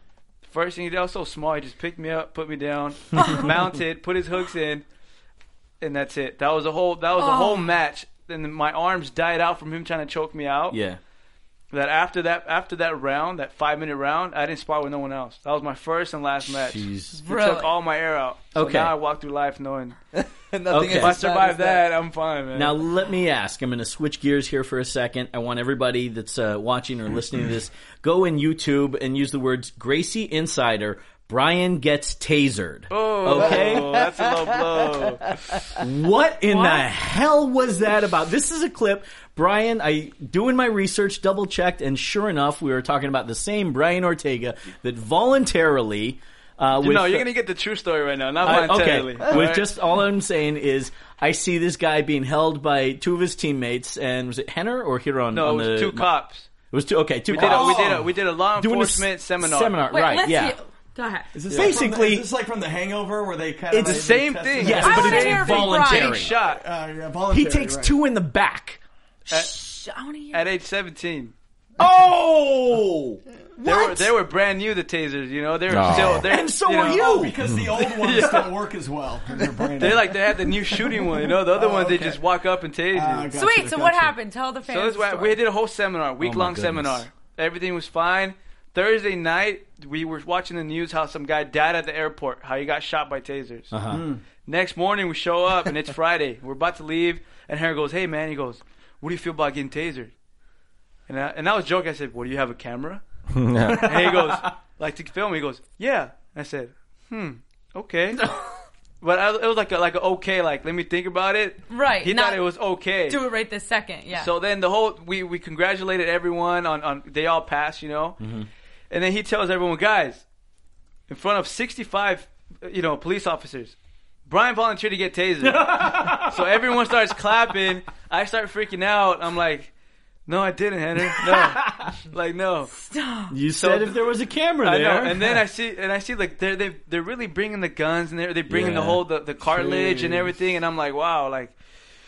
First thing he did, I was so small. He just picked me up, put me down, mounted, put his hooks in, and that's it. That was a whole. That was a Oh. whole match. And my arms died out from him trying to choke me out. Yeah. That after that after that round, that five minute round, I didn't spar with no one else. That was my first and last match. It Jeez. Really? took all my air out. So Okay. Now I walk through life knowing Nothing Okay. is if I as bad as survive that, I'm fine, man. Now let me ask. I'm going to switch gears here for a second. I want everybody that's uh, watching or listening to this go in YouTube and use the words Gracie Insider. Brian gets tasered. oh, Okay. that's a low blow. What in the hell was that about? This is a clip. Brian, I doing my research, double checked, and sure enough, we were talking about the same Brian Ortega that voluntarily. Uh, with, no, you're gonna get the true story right now, not I- voluntarily. Okay. all With right? just all I'm saying is, I see this guy being held by two of his teammates, and was it Henner or Huron? no, on it was the, two cops. It was two. Okay, two We did, cops. a, we did a we did a law Doing a s- enforcement seminar. Seminar, Wait, right? let's yeah. see- Go ahead. Basically, Is this like from The Hangover where they kind of It's like, the same test thing. it yes, out? I but wanna hear it's if he's Take voluntary. shot Uh, yeah, He voluntary, takes right. two in the back. Shh, I want to hear. at age 17. Oh. They were they were brand new the tasers, you know. They were Oh. still they And so are know, you. Oh, because the old ones don't work as well. in your brain. They like they had the new shooting one, you know. The Oh, other ones they okay. just walk up and tase Ah, you. gotcha, Sweet. So what gotcha. happened? Tell the fans. So that's the why story. we did a whole seminar, week long goodness. seminar. Everything was fine. Thursday night, we were watching the news how some guy died at the airport, how he got shot by tasers. Next morning, we show up and it's Friday. We're about to leave, and Harry goes, "Hey man," he goes, "What do you feel about getting tasered?" And I, and I was joking. I said, "Well, do you have a camera?" and he goes, "Like to film?" He goes, "Yeah." I said, "Hmm, okay." But I, it was like a, like a okay, like let me think about it. Right, He not- thought it was okay. do it right this second. Yeah. So then the whole we we congratulated everyone on on they all passed, you know, and then he tells everyone, guys, in front of sixty five, you know, police officers, Brian volunteered to get tasered, so everyone starts clapping. I start freaking out. I'm like, no, I didn't, Henry. No, like no. You said if there was a camera I there. know. And then I see, and I see, like they're they they're really bringing the guns and they're they bringing the Yeah. whole the, the cartilage and everything, and I'm like, wow, like.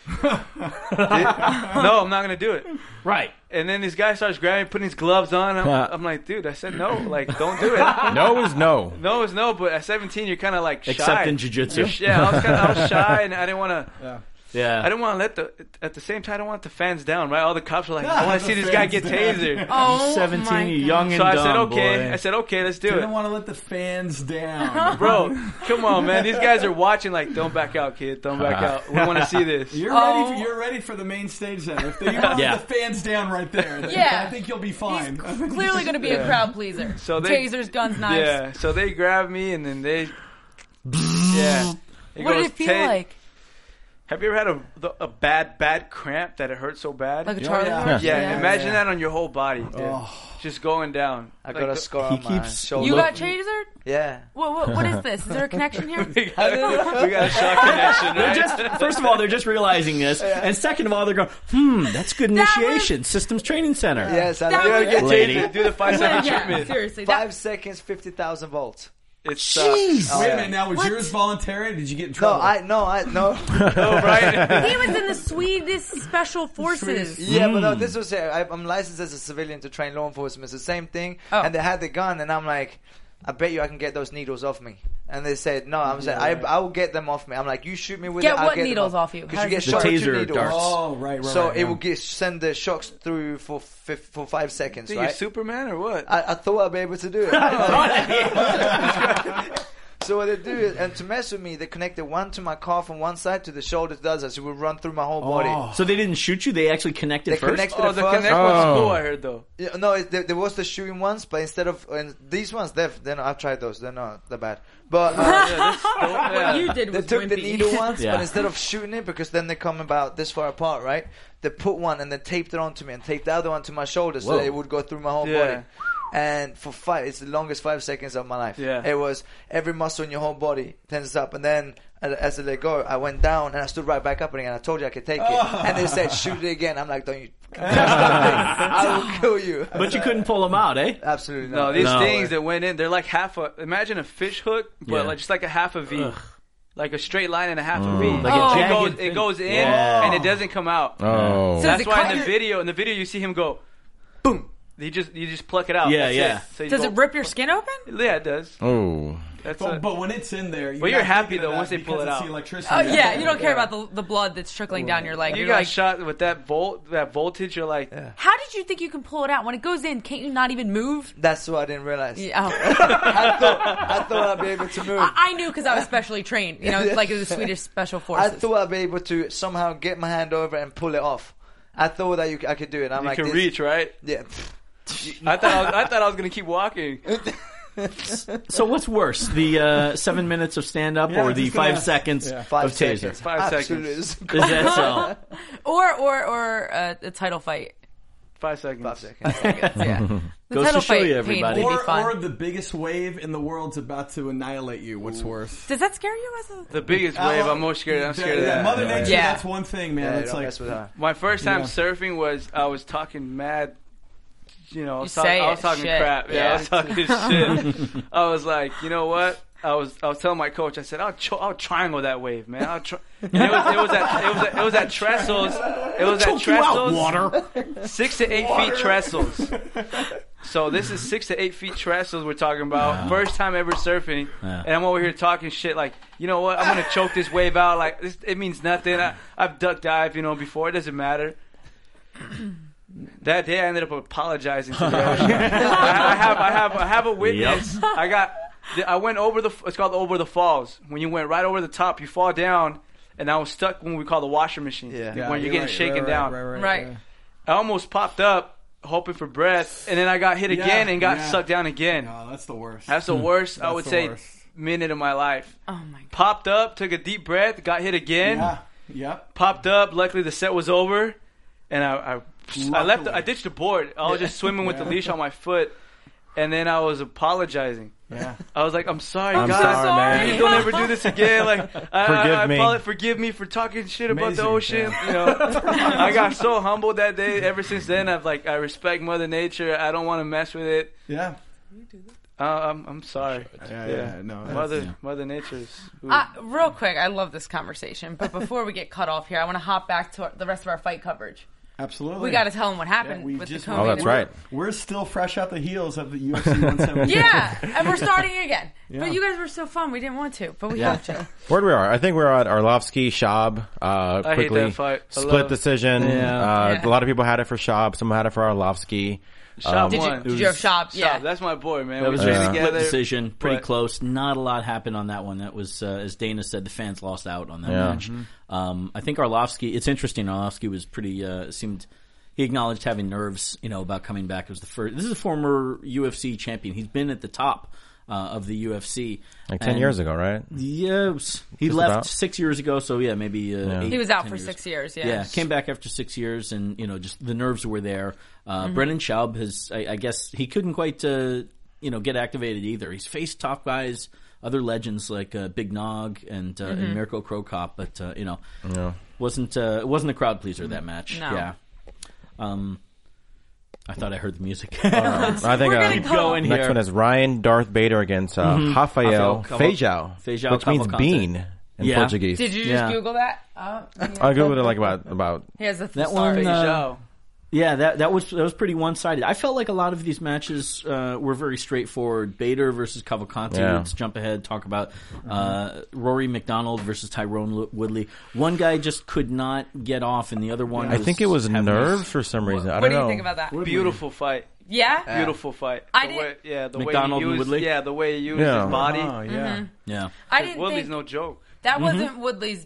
no, I'm not gonna do it. right. And then this guy starts grabbing, putting his gloves on. I'm, Yeah. I'm like, dude, I said no. Like, don't do it. No is no. no is no. But at 17, you're kind of like shy. Except in jiu-jitsu. You're sh- Yeah, I was, kinda, I was shy, and I didn't want to. Yeah. I didn't want to let the. At the same time, I don't want the fans down. Right? All the cops were like, I want to see this guy get tasered. oh, 17, my you God. young and So I dumb said, okay. boy. I said, okay, let's do I it. don't want to let the fans down. Bro, come on, man. These guys are watching. Like, don't back out, kid. Don't back out. We want to see this. You're Oh. ready. For, you're ready for the main stage then. If they, you don't Yeah. let the fans down right there, then Yeah. I think you'll be fine. Clearly going to be a crowd pleaser. So So they- tasers, guns, knives. Yeah. So they grabbed me, and then they. Yeah. It What did goes, it feel "Take- like? Have you ever had a the- a bad bad cramp that it hurt so bad? Like a Charlie yeah. horse? yeah, imagine that on your whole body, Oh. dude. Just going down. I got a scar on Oh, my keeps- shoulder. You Look- got tasered? yeah. What, what, what is this? Is there a connection here? we got a shock connection, They're right? just, first of all, they're just realizing this, and second of all, they're going, "Hmm, that's good That initiation." Systems Training Center. Yes, I That like You gotta it. get Lady. tasered. Do the five second yeah, treatment. seriously. Five That, seconds, 50,000 volts. It sucks. Wait yeah. a minute. Now was yours voluntary? Or did you get in No, trouble? I, no, I, no. Oh, right. he was in the Swedish Special Forces. yeah, but no, Hmm. this was, uh, I, I'm licensed as a civilian to train law enforcement. It's the same thing. Oh. And they had the gun, and I'm like, I bet you I can get those needles off me. And they said, no, I'm saying, I, I will get them off me. I'm like, you shoot me with Get it, I'll what them needles off you? How Because you get does shot with two taser needles. darts. Oh, right, right. so right, it right. will get, send the shocks through for fif- for five seconds, Dude, you right? Superman or what? I, I thought I'd be able to do it. So what they do, is, and to mess with me, they connected one to my car from one side to the shoulder to the other, so it would run through my whole body. So they didn't shoot you. They actually connected They Oh. first. connected Oh, at the first. connect was Oh. cool. I heard though. Yeah, no, it, there, there was the shooting ones, but instead of and these ones, they're, they're not, I've tried those. They're not that bad. But uh, Yeah. What you did they was took the wimpy. needle ones, Yeah. but instead of shooting it, because then they come about this far apart, right? They put one and then taped it onto me and taped the other one to my shoulder, so Whoa. that it would go through my whole Yeah. body. And for five, it's the longest five seconds of my life. Yeah. It was every muscle in your whole body tenses up, and then a- as I let go, I went down and I stood right back up again. I told you I could take Oh. it, and they said shoot it again. I'm like, don't you? I will kill you. but you couldn't pull them out, eh? Absolutely No, not. these No. things that went in, they're like half a. Imagine a fish hook, but Yeah. like just like a half a V, Ugh. Mm. like a straight line and a half a V. Like a it jagged goes, fin- it goes in Yeah. and it doesn't come out. Oh. So- Does That's it why cut in the your- video, in the video, you see him go, boom. He just you just pluck it out. Yeah, That's yeah. It. So you Does go- it rip your skin open? Yeah, it does. oh. That's a, But, but when it's in there, you're But you're not happy, thinking of though, that once they pull because it it's out. the electricity. Oh yeah, you don't care about the, the blood that's trickling down your leg. you You're got like, shot with that volt, that voltage. You're like, how did you think you can pull it out when it goes in? Can't you not even move? That's what I didn't realize. Yeah, oh. I thought I thought I'd be able to move. I, I knew because I was specially trained. You know, like it was the Swedish special I forces. thought I'd be able to somehow get my hand over and pull it off. I thought that you, I could do it. I'm you like, can this- reach, right? Yeah, I thought I, was, I thought I was gonna keep walking. So what's worse, the uh, seven minutes of stand up I or was the just gonna five ask. seconds five of taser? seconds. Five Absolutely. seconds. Is that so? or or or uh, a title fight. Five seconds. Five seconds. Yeah. The Goes title to show fight you, pain everybody. would be Or, fun. or the biggest wave in the world's about to annihilate you. What's worse? Does that scare you as a? The biggest wave. I'm more scared. I'm scared of Yeah, that. Mother Nature, Yeah. that's one thing, man. Yeah, it's don't like mess with her. My first time Yeah. surfing was I was talking mad. You know, I was, You talk- say I was it, talking shit. crap. Yeah, I was talking shit. I was like, you know what? I was I was telling my coach. I said, I'll cho- I'll triangle that wave, man. I'll tri-. And it was it was at it was at, it was at trestles. It was at Choke you out, trestles. water. Six to eight feet trestles. So this is six to eight feet trestles we're talking about. First time ever surfing, and I'm over here talking shit like, you know what? I'm gonna choke this wave out. Like this, it means nothing. I, I've duck dive, you know, before. It doesn't matter. That day I ended up apologizing to the ocean. I, I have, I have, I have a witness. I got, I went over the. It's called over the falls. When you went right over the top, you fall down, and I was stuck when we call the washer machine. Yeah. Yeah, when you're getting right, shaken right, right, down. Right, right, Right. right. I almost popped up hoping for breath, and then I got hit again and got yeah. sucked down again. Oh, that's the worst. That's the worst, I That's would the say, worst. minute of my life. Oh my god. Popped up, took a deep breath, got hit again. yeah. Yep. Popped up. Luckily, the set was over, and I I, I left. I ditched the board. I was just swimming with the leash on my foot, and then I was apologizing. Yeah. I was like, "I'm sorry, I'm guys. sorry, man. Please don't ever do this again. Like, I, Forgive I, I me. apologize- Forgive me for talking shit about the Amazing, ocean. yeah. You know, I got so humbled that day. Ever since then, I've like, I respect Mother Nature. I don't want to mess with it. Yeah. Uh, I'm, I'm sorry, Yeah. Yeah. No. that's- Mother Mother Nature's. ooh. Uh, real quick, I love this conversation, but before we get cut off here, I want to hop back to the rest of our fight coverage. Absolutely. We got to tell them what happened Yeah, we with the just- Comey. Oh, that's right. We're still fresh out the heels of the UFC 172. Yeah, and we're starting again. Yeah. But you guys were so fun. We didn't want to, but we have to. Where we are? I think we're at Arlovsky, Shab. Uh, I hate quickly that fight. I split love- decision. Yeah. Uh, Yeah. A lot of people had it for Shab. Some had it for Arlovsky. Shop Did you, one. did you have shop? Shop, Yeah. that's my boy, man. That Uh, we was trained a split together. decision, pretty but- close. Not a lot happened on that one. That was, uh, as Dana said, the fans lost out on that Yeah. match. Mm-hmm. Um, I think Arlovsky. It's interesting. Arlovsky was pretty uh, seemed. He acknowledged having nerves, you know, about coming back. It was the first. This is a former UFC champion. He's been at the top uh, of the UFC Like 10 And- years ago, right? Yeah, it was- he Just left about. six years ago. So yeah, maybe uh, Yeah. eight, He was out 10 for years. six years. Yeah. Yeah, came back after six years, and you know, just the nerves were there. Uh, Brennan Schaub has, I, I guess, he couldn't quite, uh, you know, get activated either. He's faced top guys, other legends like uh, Big Nog and, uh, and Mirko Krokop, but uh, you know, wasn't uh, it wasn't a crowd pleaser that match. No. Yeah. Um, I thought I heard the music. I think We're uh, gonna go in next here. one is Ryan Darth Bader against uh, Rafael Rafael Caval- Feijão, Feijão which means Cavalcante. bean in Yeah. Portuguese. Did you just Yeah. Google that? Oh, yeah. I googled it like about about He has the That star. one, uh, Joe. Yeah, that that was that was pretty one sided. I felt like a lot of these matches uh, were very straightforward. Bader versus Cavalcanti. Yeah. Let's jump ahead. Talk about uh, Rory McDonald versus Tyrone Lo- Woodley. One guy just could not get off, and the other one. I think it was having nerves these- for some reason. I what don't do you know. think about that? Beautiful fight. Yeah. Beautiful fight. I the did- way, yeah, the McDonald and way he used, Woodley? Yeah, the way he used Yeah. his body. Oh, Mm-hmm. yeah. Yeah. I didn't Woodley's think no joke. Mm-hmm. that wasn't Woodley's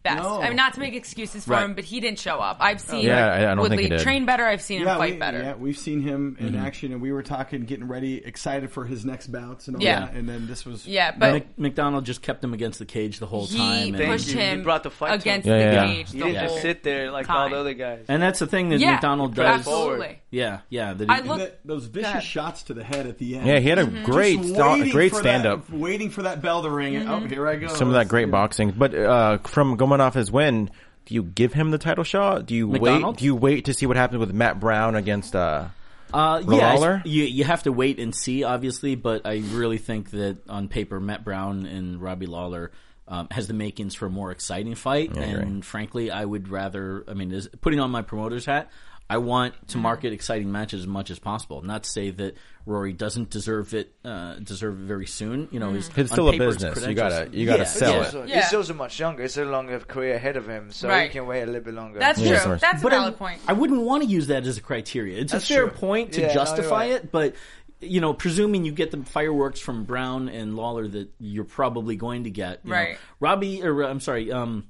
best. No. I mean, not to make excuses for Right. him, but he didn't show up. I've seen Yeah, I- I don't think Woodley he did. train better. I've seen him Yeah, fight we, better. yeah, we've seen him in action, and we were talking, getting ready, excited for his next bouts, and all Yeah. that. And then this was Yeah, but Mc- McDonald just kept him against the cage the whole he time. Thank And, pushed you. You him brought the fight to against him. Yeah, the yeah. cage. He the didn't whole just sit there like all time. the other guys. and that's the thing that Yeah, McDonald does. Absolutely. Yeah, yeah. That I he- look- And that- those vicious Yeah. shots to the head at the end. Yeah, he had a Mm-hmm. great, Just sta- waiting great for stand that- up. waiting for that bell to ring. and Mm-hmm. Oh, here I go. Some of that Let's- great yeah. boxing, but uh, from going off his win, do you give him the title shot? Do you McDonald? wait? Do you wait to see what happens with Matt Brown against? Uh, Uh, yeah, Lawler? I- you you have to wait and see, obviously, but I really think that on paper, Matt Brown and Robbie Lawler um, has the makings for a more exciting fight. and frankly, I would rather. I mean, is, putting on my promoter's hat, I want to market exciting matches as much as possible. Not to say that Rory doesn't deserve it, uh, deserve it very soon. You know, he's It's still a business. You gotta- you gotta sell it. So Yeah. He's also much younger. It's a longer career ahead of him, so Right. he can wait a little bit longer. That's Yeah. true. Sorry. That's a But I- valid point. I wouldn't want to use that as a criteria. It's That's a fair true. point to Yeah, no, you're justify right. it, but you know, presuming you get the fireworks from Brown and Lawler that you're probably going to get, you know. Right. Robbie, or uh, I'm sorry, um,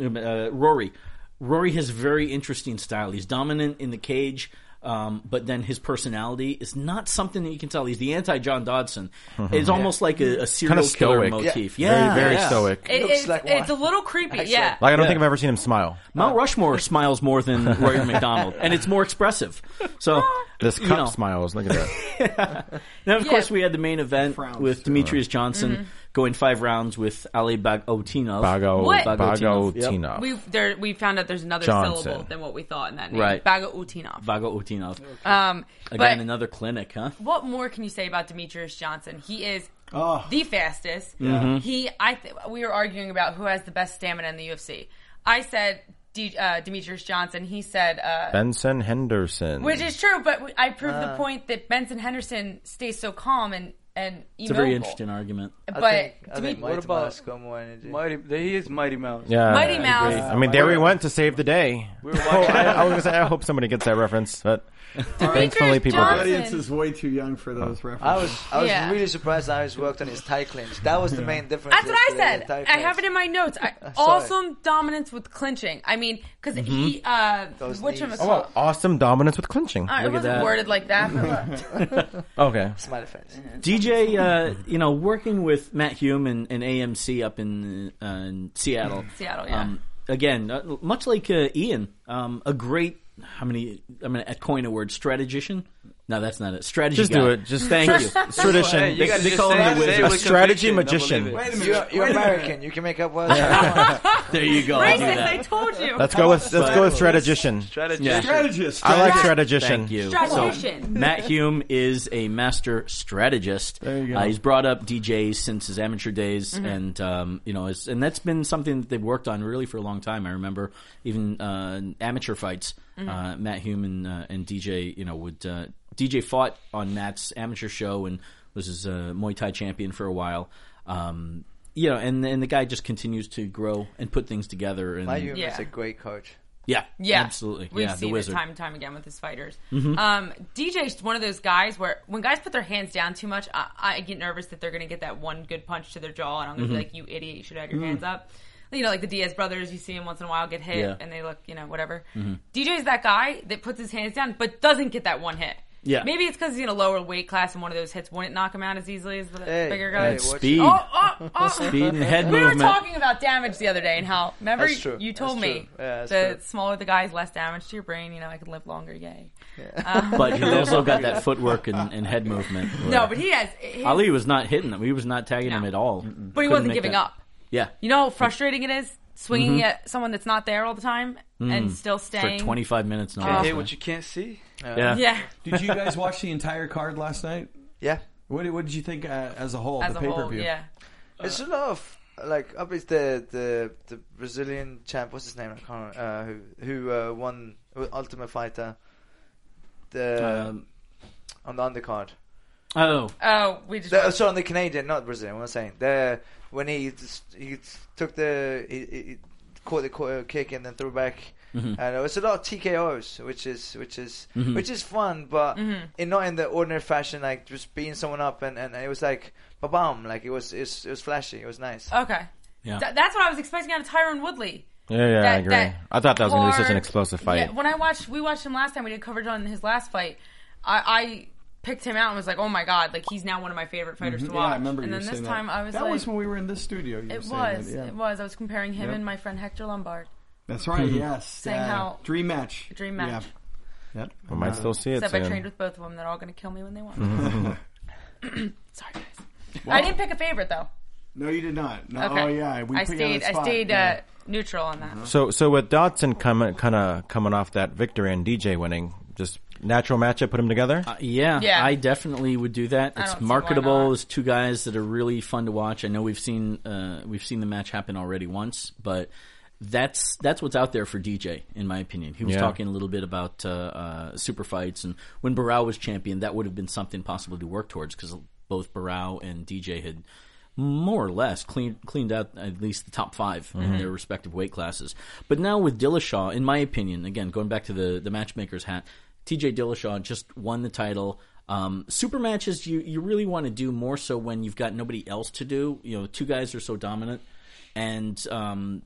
uh, Rory. Rory has a very interesting style. He's dominant in the cage, um, but then his personality is not something that you can tell. He's the anti John Dodson. Mm-hmm. It's almost like a, a serial Kinda killer stoic. motif. Very, Yeah, very yeah. stoic. It- looks it's, like one. it's a little creepy. Yeah. Like I don't Yeah. think I've ever seen him smile. Mount Rushmore smiles more than Rory McDonald, and it's more expressive. So This you cup know. smiles. Look at that. Now, of Yeah. Mm-hmm. course, we had the main event Frowns. with Demetrius Johnson going five rounds with Ali Bagotinov. Bago, What? Bago Bagotinov, yep. Tina. We there we found out there's another Johnson. syllable than what we thought in that name. Right. Bagautinov. Bagotinov. um, Again, but another clinic, huh? what more can you say about Demetrius Johnson? He is Oh. the fastest. Mm-hmm. He I th- we were arguing about who has the best stamina in the UFC. I said D- uh, Demetrius Johnson. He said uh, Benson Henderson. Which is true, but I proved the Uh. point that Benson Henderson stays so calm and and It's a very interesting argument. But I think, I to think me- Mighty what about- Mouse got more energy. Mighty, he is Mighty Mouse. yeah. Mighty Mouse. I mean, there we went to save the day. were Oh, watching- I, I was gonna say, I hope somebody gets that reference, but thankfully people The did. Johnson. audience is way too young for those Oh. references. I was I was Yeah. really surprised how he's worked on his Thai clinch. That was the main difference. That's what I yesterday, the said. Thai I have it clinch. in my notes. I, saw awesome dominance with clinching. I mean, because Mm-hmm. he, uh, Those which knees. call? Well, awesome dominance with clinching. it Oh, at wasn't that. worded like that. But Okay. Smiley face. DJ, uh, you know, working with Matt Hume and, and AMC up in, uh, in Seattle. Seattle, yeah. Um, again, uh, much like uh, Ian, um, a great. How many? I'm going to coin a word. Strategician. No, that's not it. Strategy. Just guy. do it. Just thank you. It's tradition. Hey, you They- gotta they just call say him it the with wizard. A strategy conviction, don't magician. believe it. Wait a minute. You're, you're wait a minute. American. You can make up words. if you want. There you go. I'll do racist, that. Oh, I told you. Let's go with let's go with strategician. Strategist. Yeah. strategist. I like Thank strategician. you. Strategician. So, Matt Hume is a master strategist. There you go. Uh, he's brought up DJs since his amateur days, Mm-hmm. and um, you know, it's, and that's been something that they've worked on really for a long time. I remember even uh, amateur fights. Mm-hmm. Uh, Matt Hume and, uh, and DJ, you know, would uh, DJ fought on Matt's amateur show and was his uh, Muay Thai champion for a while. Um, you know, and and the guy just continues to grow and put things together. And Mayumi Yeah. is a great coach. yeah, Yeah, absolutely. We've yeah, seen the wizard. Mm-hmm. it time and time again with his fighters. Um, DJ's one of those guys where when guys put their hands down too much, I, I get nervous that they're going to get that one good punch to their jaw, and I'm Mm-hmm. going to be like, "You idiot! You should have your hands up." You know, like the Diaz brothers, you see him once in a while get hit, Yeah. Mm-hmm. and they look, you know, whatever. DJ's that guy that puts his hands down but doesn't get that one hit. Yeah. maybe it's because he's in a lower weight class, and one of those hits wouldn't knock him out as easily as the Hey, bigger hey, guy. And what's- speed. Oh, oh, oh. Speed and head We were movement. talking about damage the other day and how remember That's true. you told That's me true. Yeah, that's the true. smaller the guy is less damage to your brain. You know, I could live longer. Yay. but he's also got that footwork and, and head movement. No, but he has. He, Ali was not hitting him. He was not tagging him No. at all. but he wasn't giving up. Yeah. You know how frustrating it is swinging at someone that's not there all the time and still Mm-hmm. Mm. for staying. 25 minutes no Hey, less. what you can't see. Uh, yeah. Yeah. Did you guys watch the entire card last night? Yeah. What did, what did you think uh, as a whole? As the a pay per whole, view. yeah. It's a lot of like obviously the the the Brazilian champ. What's his name? I can't. remember, Uh, who who uh, won Ultimate Fighter? The Um, on the undercard. oh, Oh, we just. The, uh, sorry, on the Canadian, not Brazilian. What am I saying? The when he just- he took the he, he caught the caught uh, kick and then threw back. and it was a lot of TKOs, which is which is which is fun, but in not in the ordinary fashion, like just beating someone up, and, and it was like ba bam, like it was it's, it was flashy, it was nice. Okay. Yeah. Th- that's what I was expecting out of Tyron Woodley. Yeah, yeah, I That- agree. that I thought that was going to be such an hard- explosive fight. Yeah, when I watched, we watched him last time. We did coverage on his last fight. I, I picked him out and was like, "Oh my god!" Like he's now one of my favorite fighters to Mm-hmm. Yeah, I watch. remember and you then this saying that. time, I was that like, was when we were in this studio. You were "It saying was, that, yeah. it was." I was comparing him Yep. and my friend Hector Lombard. That's Mm-hmm. right. Yes. Saying how- dream match. Dream match. Yeah. Yep. I might still see it Except I soon. trained with both of them. They're all going to kill me when they want. Mm-hmm. Sorry, guys. I didn't pick a favorite though. No, you did not. No. Okay. Oh yeah. We I put you on the stayed. I spot. stayed Yeah. Uh-huh. uh, neutral on that. So, so with Dotson coming, kind of coming off that victory and DJ winning, just natural matchup put them together. Uh, Yeah, Yeah. I definitely would do that. don't It's see why marketable. not. It's two guys that are really fun to watch. I know we've seen uh, we've seen the match happen already once, but that's that's what's out there for DJ, in my opinion. He was Yeah. talking a little bit about uh, uh, super fights, and when Barrow was champion, that would have been something possible to work towards because both Barrow and DJ had more or less cleaned cleaned out at least the top 5 in their respective weight classes. But now with Dillashaw, in my opinion, again going back to the the matchmaker's hat, TJ Dillashaw just won the title. Um, super matches you you really want to do more so when you've got nobody else to do. You know, two guys are so dominant, and um,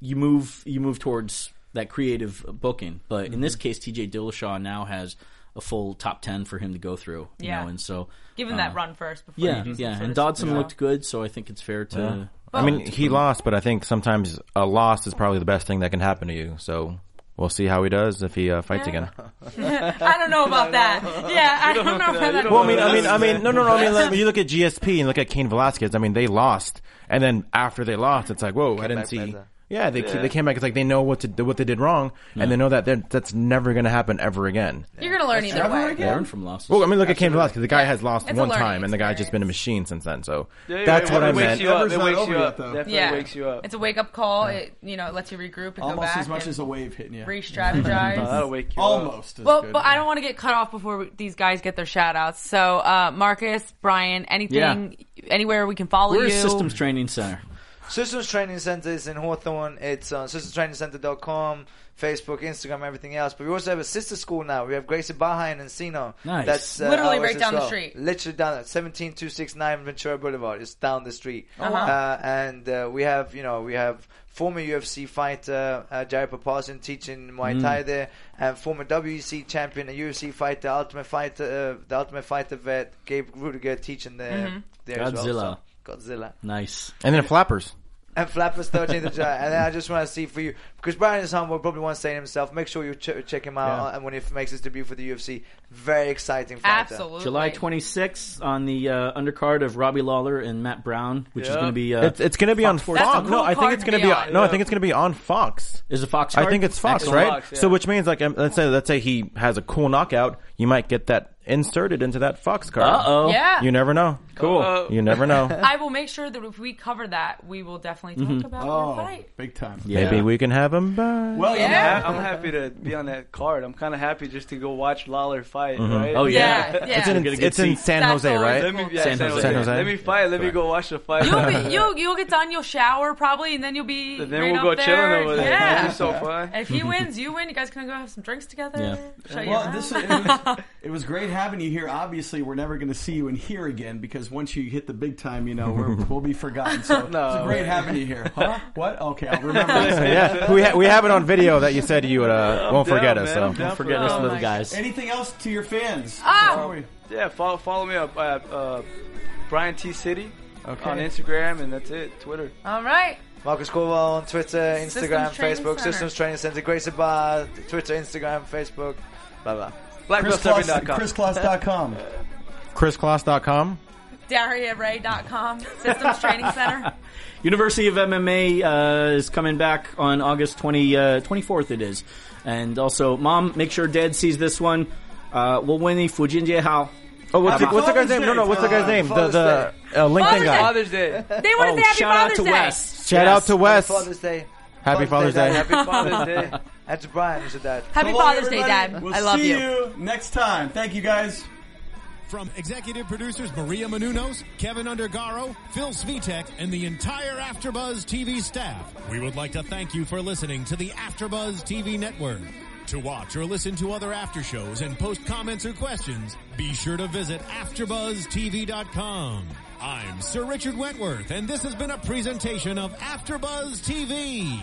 you move you move towards that creative booking. But in Mm-hmm. this case, TJ Dillashaw now has a full top ten for him to go through. You Yeah. know, and so Give him uh, Uh-huh. that run first. Before Yeah, you do some yeah, sort and of- Dodson Yeah. looked good, so I think it's fair to. I mean, he lost, but I think sometimes a loss is probably the best thing that can happen to you. So we'll see how he does if he uh, fights again. I don't know about that. Yeah, I don't know about that. Well, I mean, I mean, I mean, no, no, no. I mean, like, when you look at GSP and look at Kane Velasquez. I mean, they lost, and then after they lost, it's like, whoa, I didn't back see. better. Yeah, they they came back. It's like they know what to do, what they did wrong, and they know that they're- that's never going to happen ever again. You're gonna learn either Ever way. again? Learn from losses. Well, I mean, look at Kane Velasquez. The guy has lost It's a one learning time, and the guy's just been a machine since then. So Yeah, that's it what I wakes meant. You up. Ever's It not wakes over you yet, up. though. Definitely Yeah, wakes you up. It's a wake up call. It you know it lets you regroup and go Almost back as much and as a wave hitting you. Oh, re-strategize. that'll wake you up. Almost. As Well, good. but I don't want to get cut off before we, these guys get their shout outs. So, uh, Marcus, Brian, anything, anywhere we can follow We're a you. systems training center. Systems Training Center is in Hawthorne. It's uh, on systemstrainingcenter.com, Facebook, Instagram, everything else. But we also have a sister school now. We have Gracie Baja and Encino. Nice. That's uh, Literally ours right as down the well. street. Literally down at 17269 Ventura Boulevard. It's down the street. Oh, wow. uh, and uh, we have, you know, we have former UFC fighter uh, Jared Papazian teaching Mm. Muay Thai there, and former WEC champion, a UFC fighter, Ultimate Fighter, uh, the Ultimate Fighter vet, Gabe Rudiger teaching there, Mm-hmm. there as well. Godzilla. So, Godzilla Nice. And then flappers. and Flappers 13th of July. And then I just want to see for you, because Brian is humble, probably wants to say it himself. Make sure you ch- check him out uh, when he makes his debut for the UFC. Very exciting fighter. Absolutely. July 26th on the uh, undercard of Robbie Lawler and Matt Brown, which is Yeah. going to be uh, It's, it's going to be on Fox. Fox. That's a no, cool I think card it's to going be to be. on. On, no, I think it's going to be on Fox. is a Fox. I card? think it's Fox, Excellent. right? Fox, yeah. So which means like um, let's say let's say he has a cool knockout, you might get that inserted into that Fox card. Uh oh. Yeah. You never know. Cool. Uh, You never know. I will make sure that if we cover that, we will definitely talk about your Oh, fight. big time. Yeah. Maybe we can have him back. Well, yeah. I- I'm happy to be on that card. I'm kind of happy just to go watch Lawler fight. Right? Oh yeah. Yeah, yeah. it's in, get a good it's in seat. San That's Jose, always right? Let me, yeah, San San, Jose. Jose. San Jose. Let me fight. Let me go watch the fight. You'll, be, you'll, you'll get done, you'll shower probably, and then you'll be. And then right we'll up go there. chilling over there. It'll Yeah. be so fun. And if he wins, you win. You guys can go have some drinks together. Yeah. Show you Well, around. this it was, it was great having you here. Obviously, we're never going to see you in here again because once you hit the big time, you know we're, we'll be forgotten. So it's great having you here. Huh? What? Okay, I'll remember. this. yeah, we ha- we have it on video that you said you would uh, won't down, forget man. I'm us. So down. Don't forget us, Oh, little my- guys. Anything else to your fans? Ah! Before we- Yeah, follow, follow me up. Uh, uh, Brian T City Okay. on Instagram, and that's it. Twitter. All right. Marcus Corwell on Twitter, Instagram, Systems Training Facebook, Center. Systems Training Center, Gracie Bar, Twitter, Instagram, Facebook, blah, blah. BlackBeltSurfing.com. ChrisClaus.com. ChrisClaus.com. DariaRay.com, Systems Training Center. University of MMA uh, is coming back on August 20, uh, 24th, it is. And also, Mom, make sure Dad sees this one. Uh, we'll win the Fujinje Hao. Oh, what's the, what's the guy's Father's name? No, no, Day. what's the guy's Uh, name? The Father's the uh, LinkedIn Father's guy. Father's Day. They want to say Happy Oh, shout out Father's to Day. Wes. Shout out to Wes. Father's Day. Happy Father's Day. Dad. Happy Father's Day. And to Brian, who's a dad. Happy Hello, Father's Day, everybody. Dad. We'll I love see you. you next time. Thank you, guys. From executive producers Maria Manunos, Kevin Undergaro, Phil Svitek, and the entire AfterBuzz TV staff, we would like to thank you for listening to the AfterBuzz TV network. To watch or listen to other after shows and post comments or questions, be sure to visit AfterBuzzTV.com. I'm Sir Richard Wentworth, and this has been a presentation of AfterBuzz TV.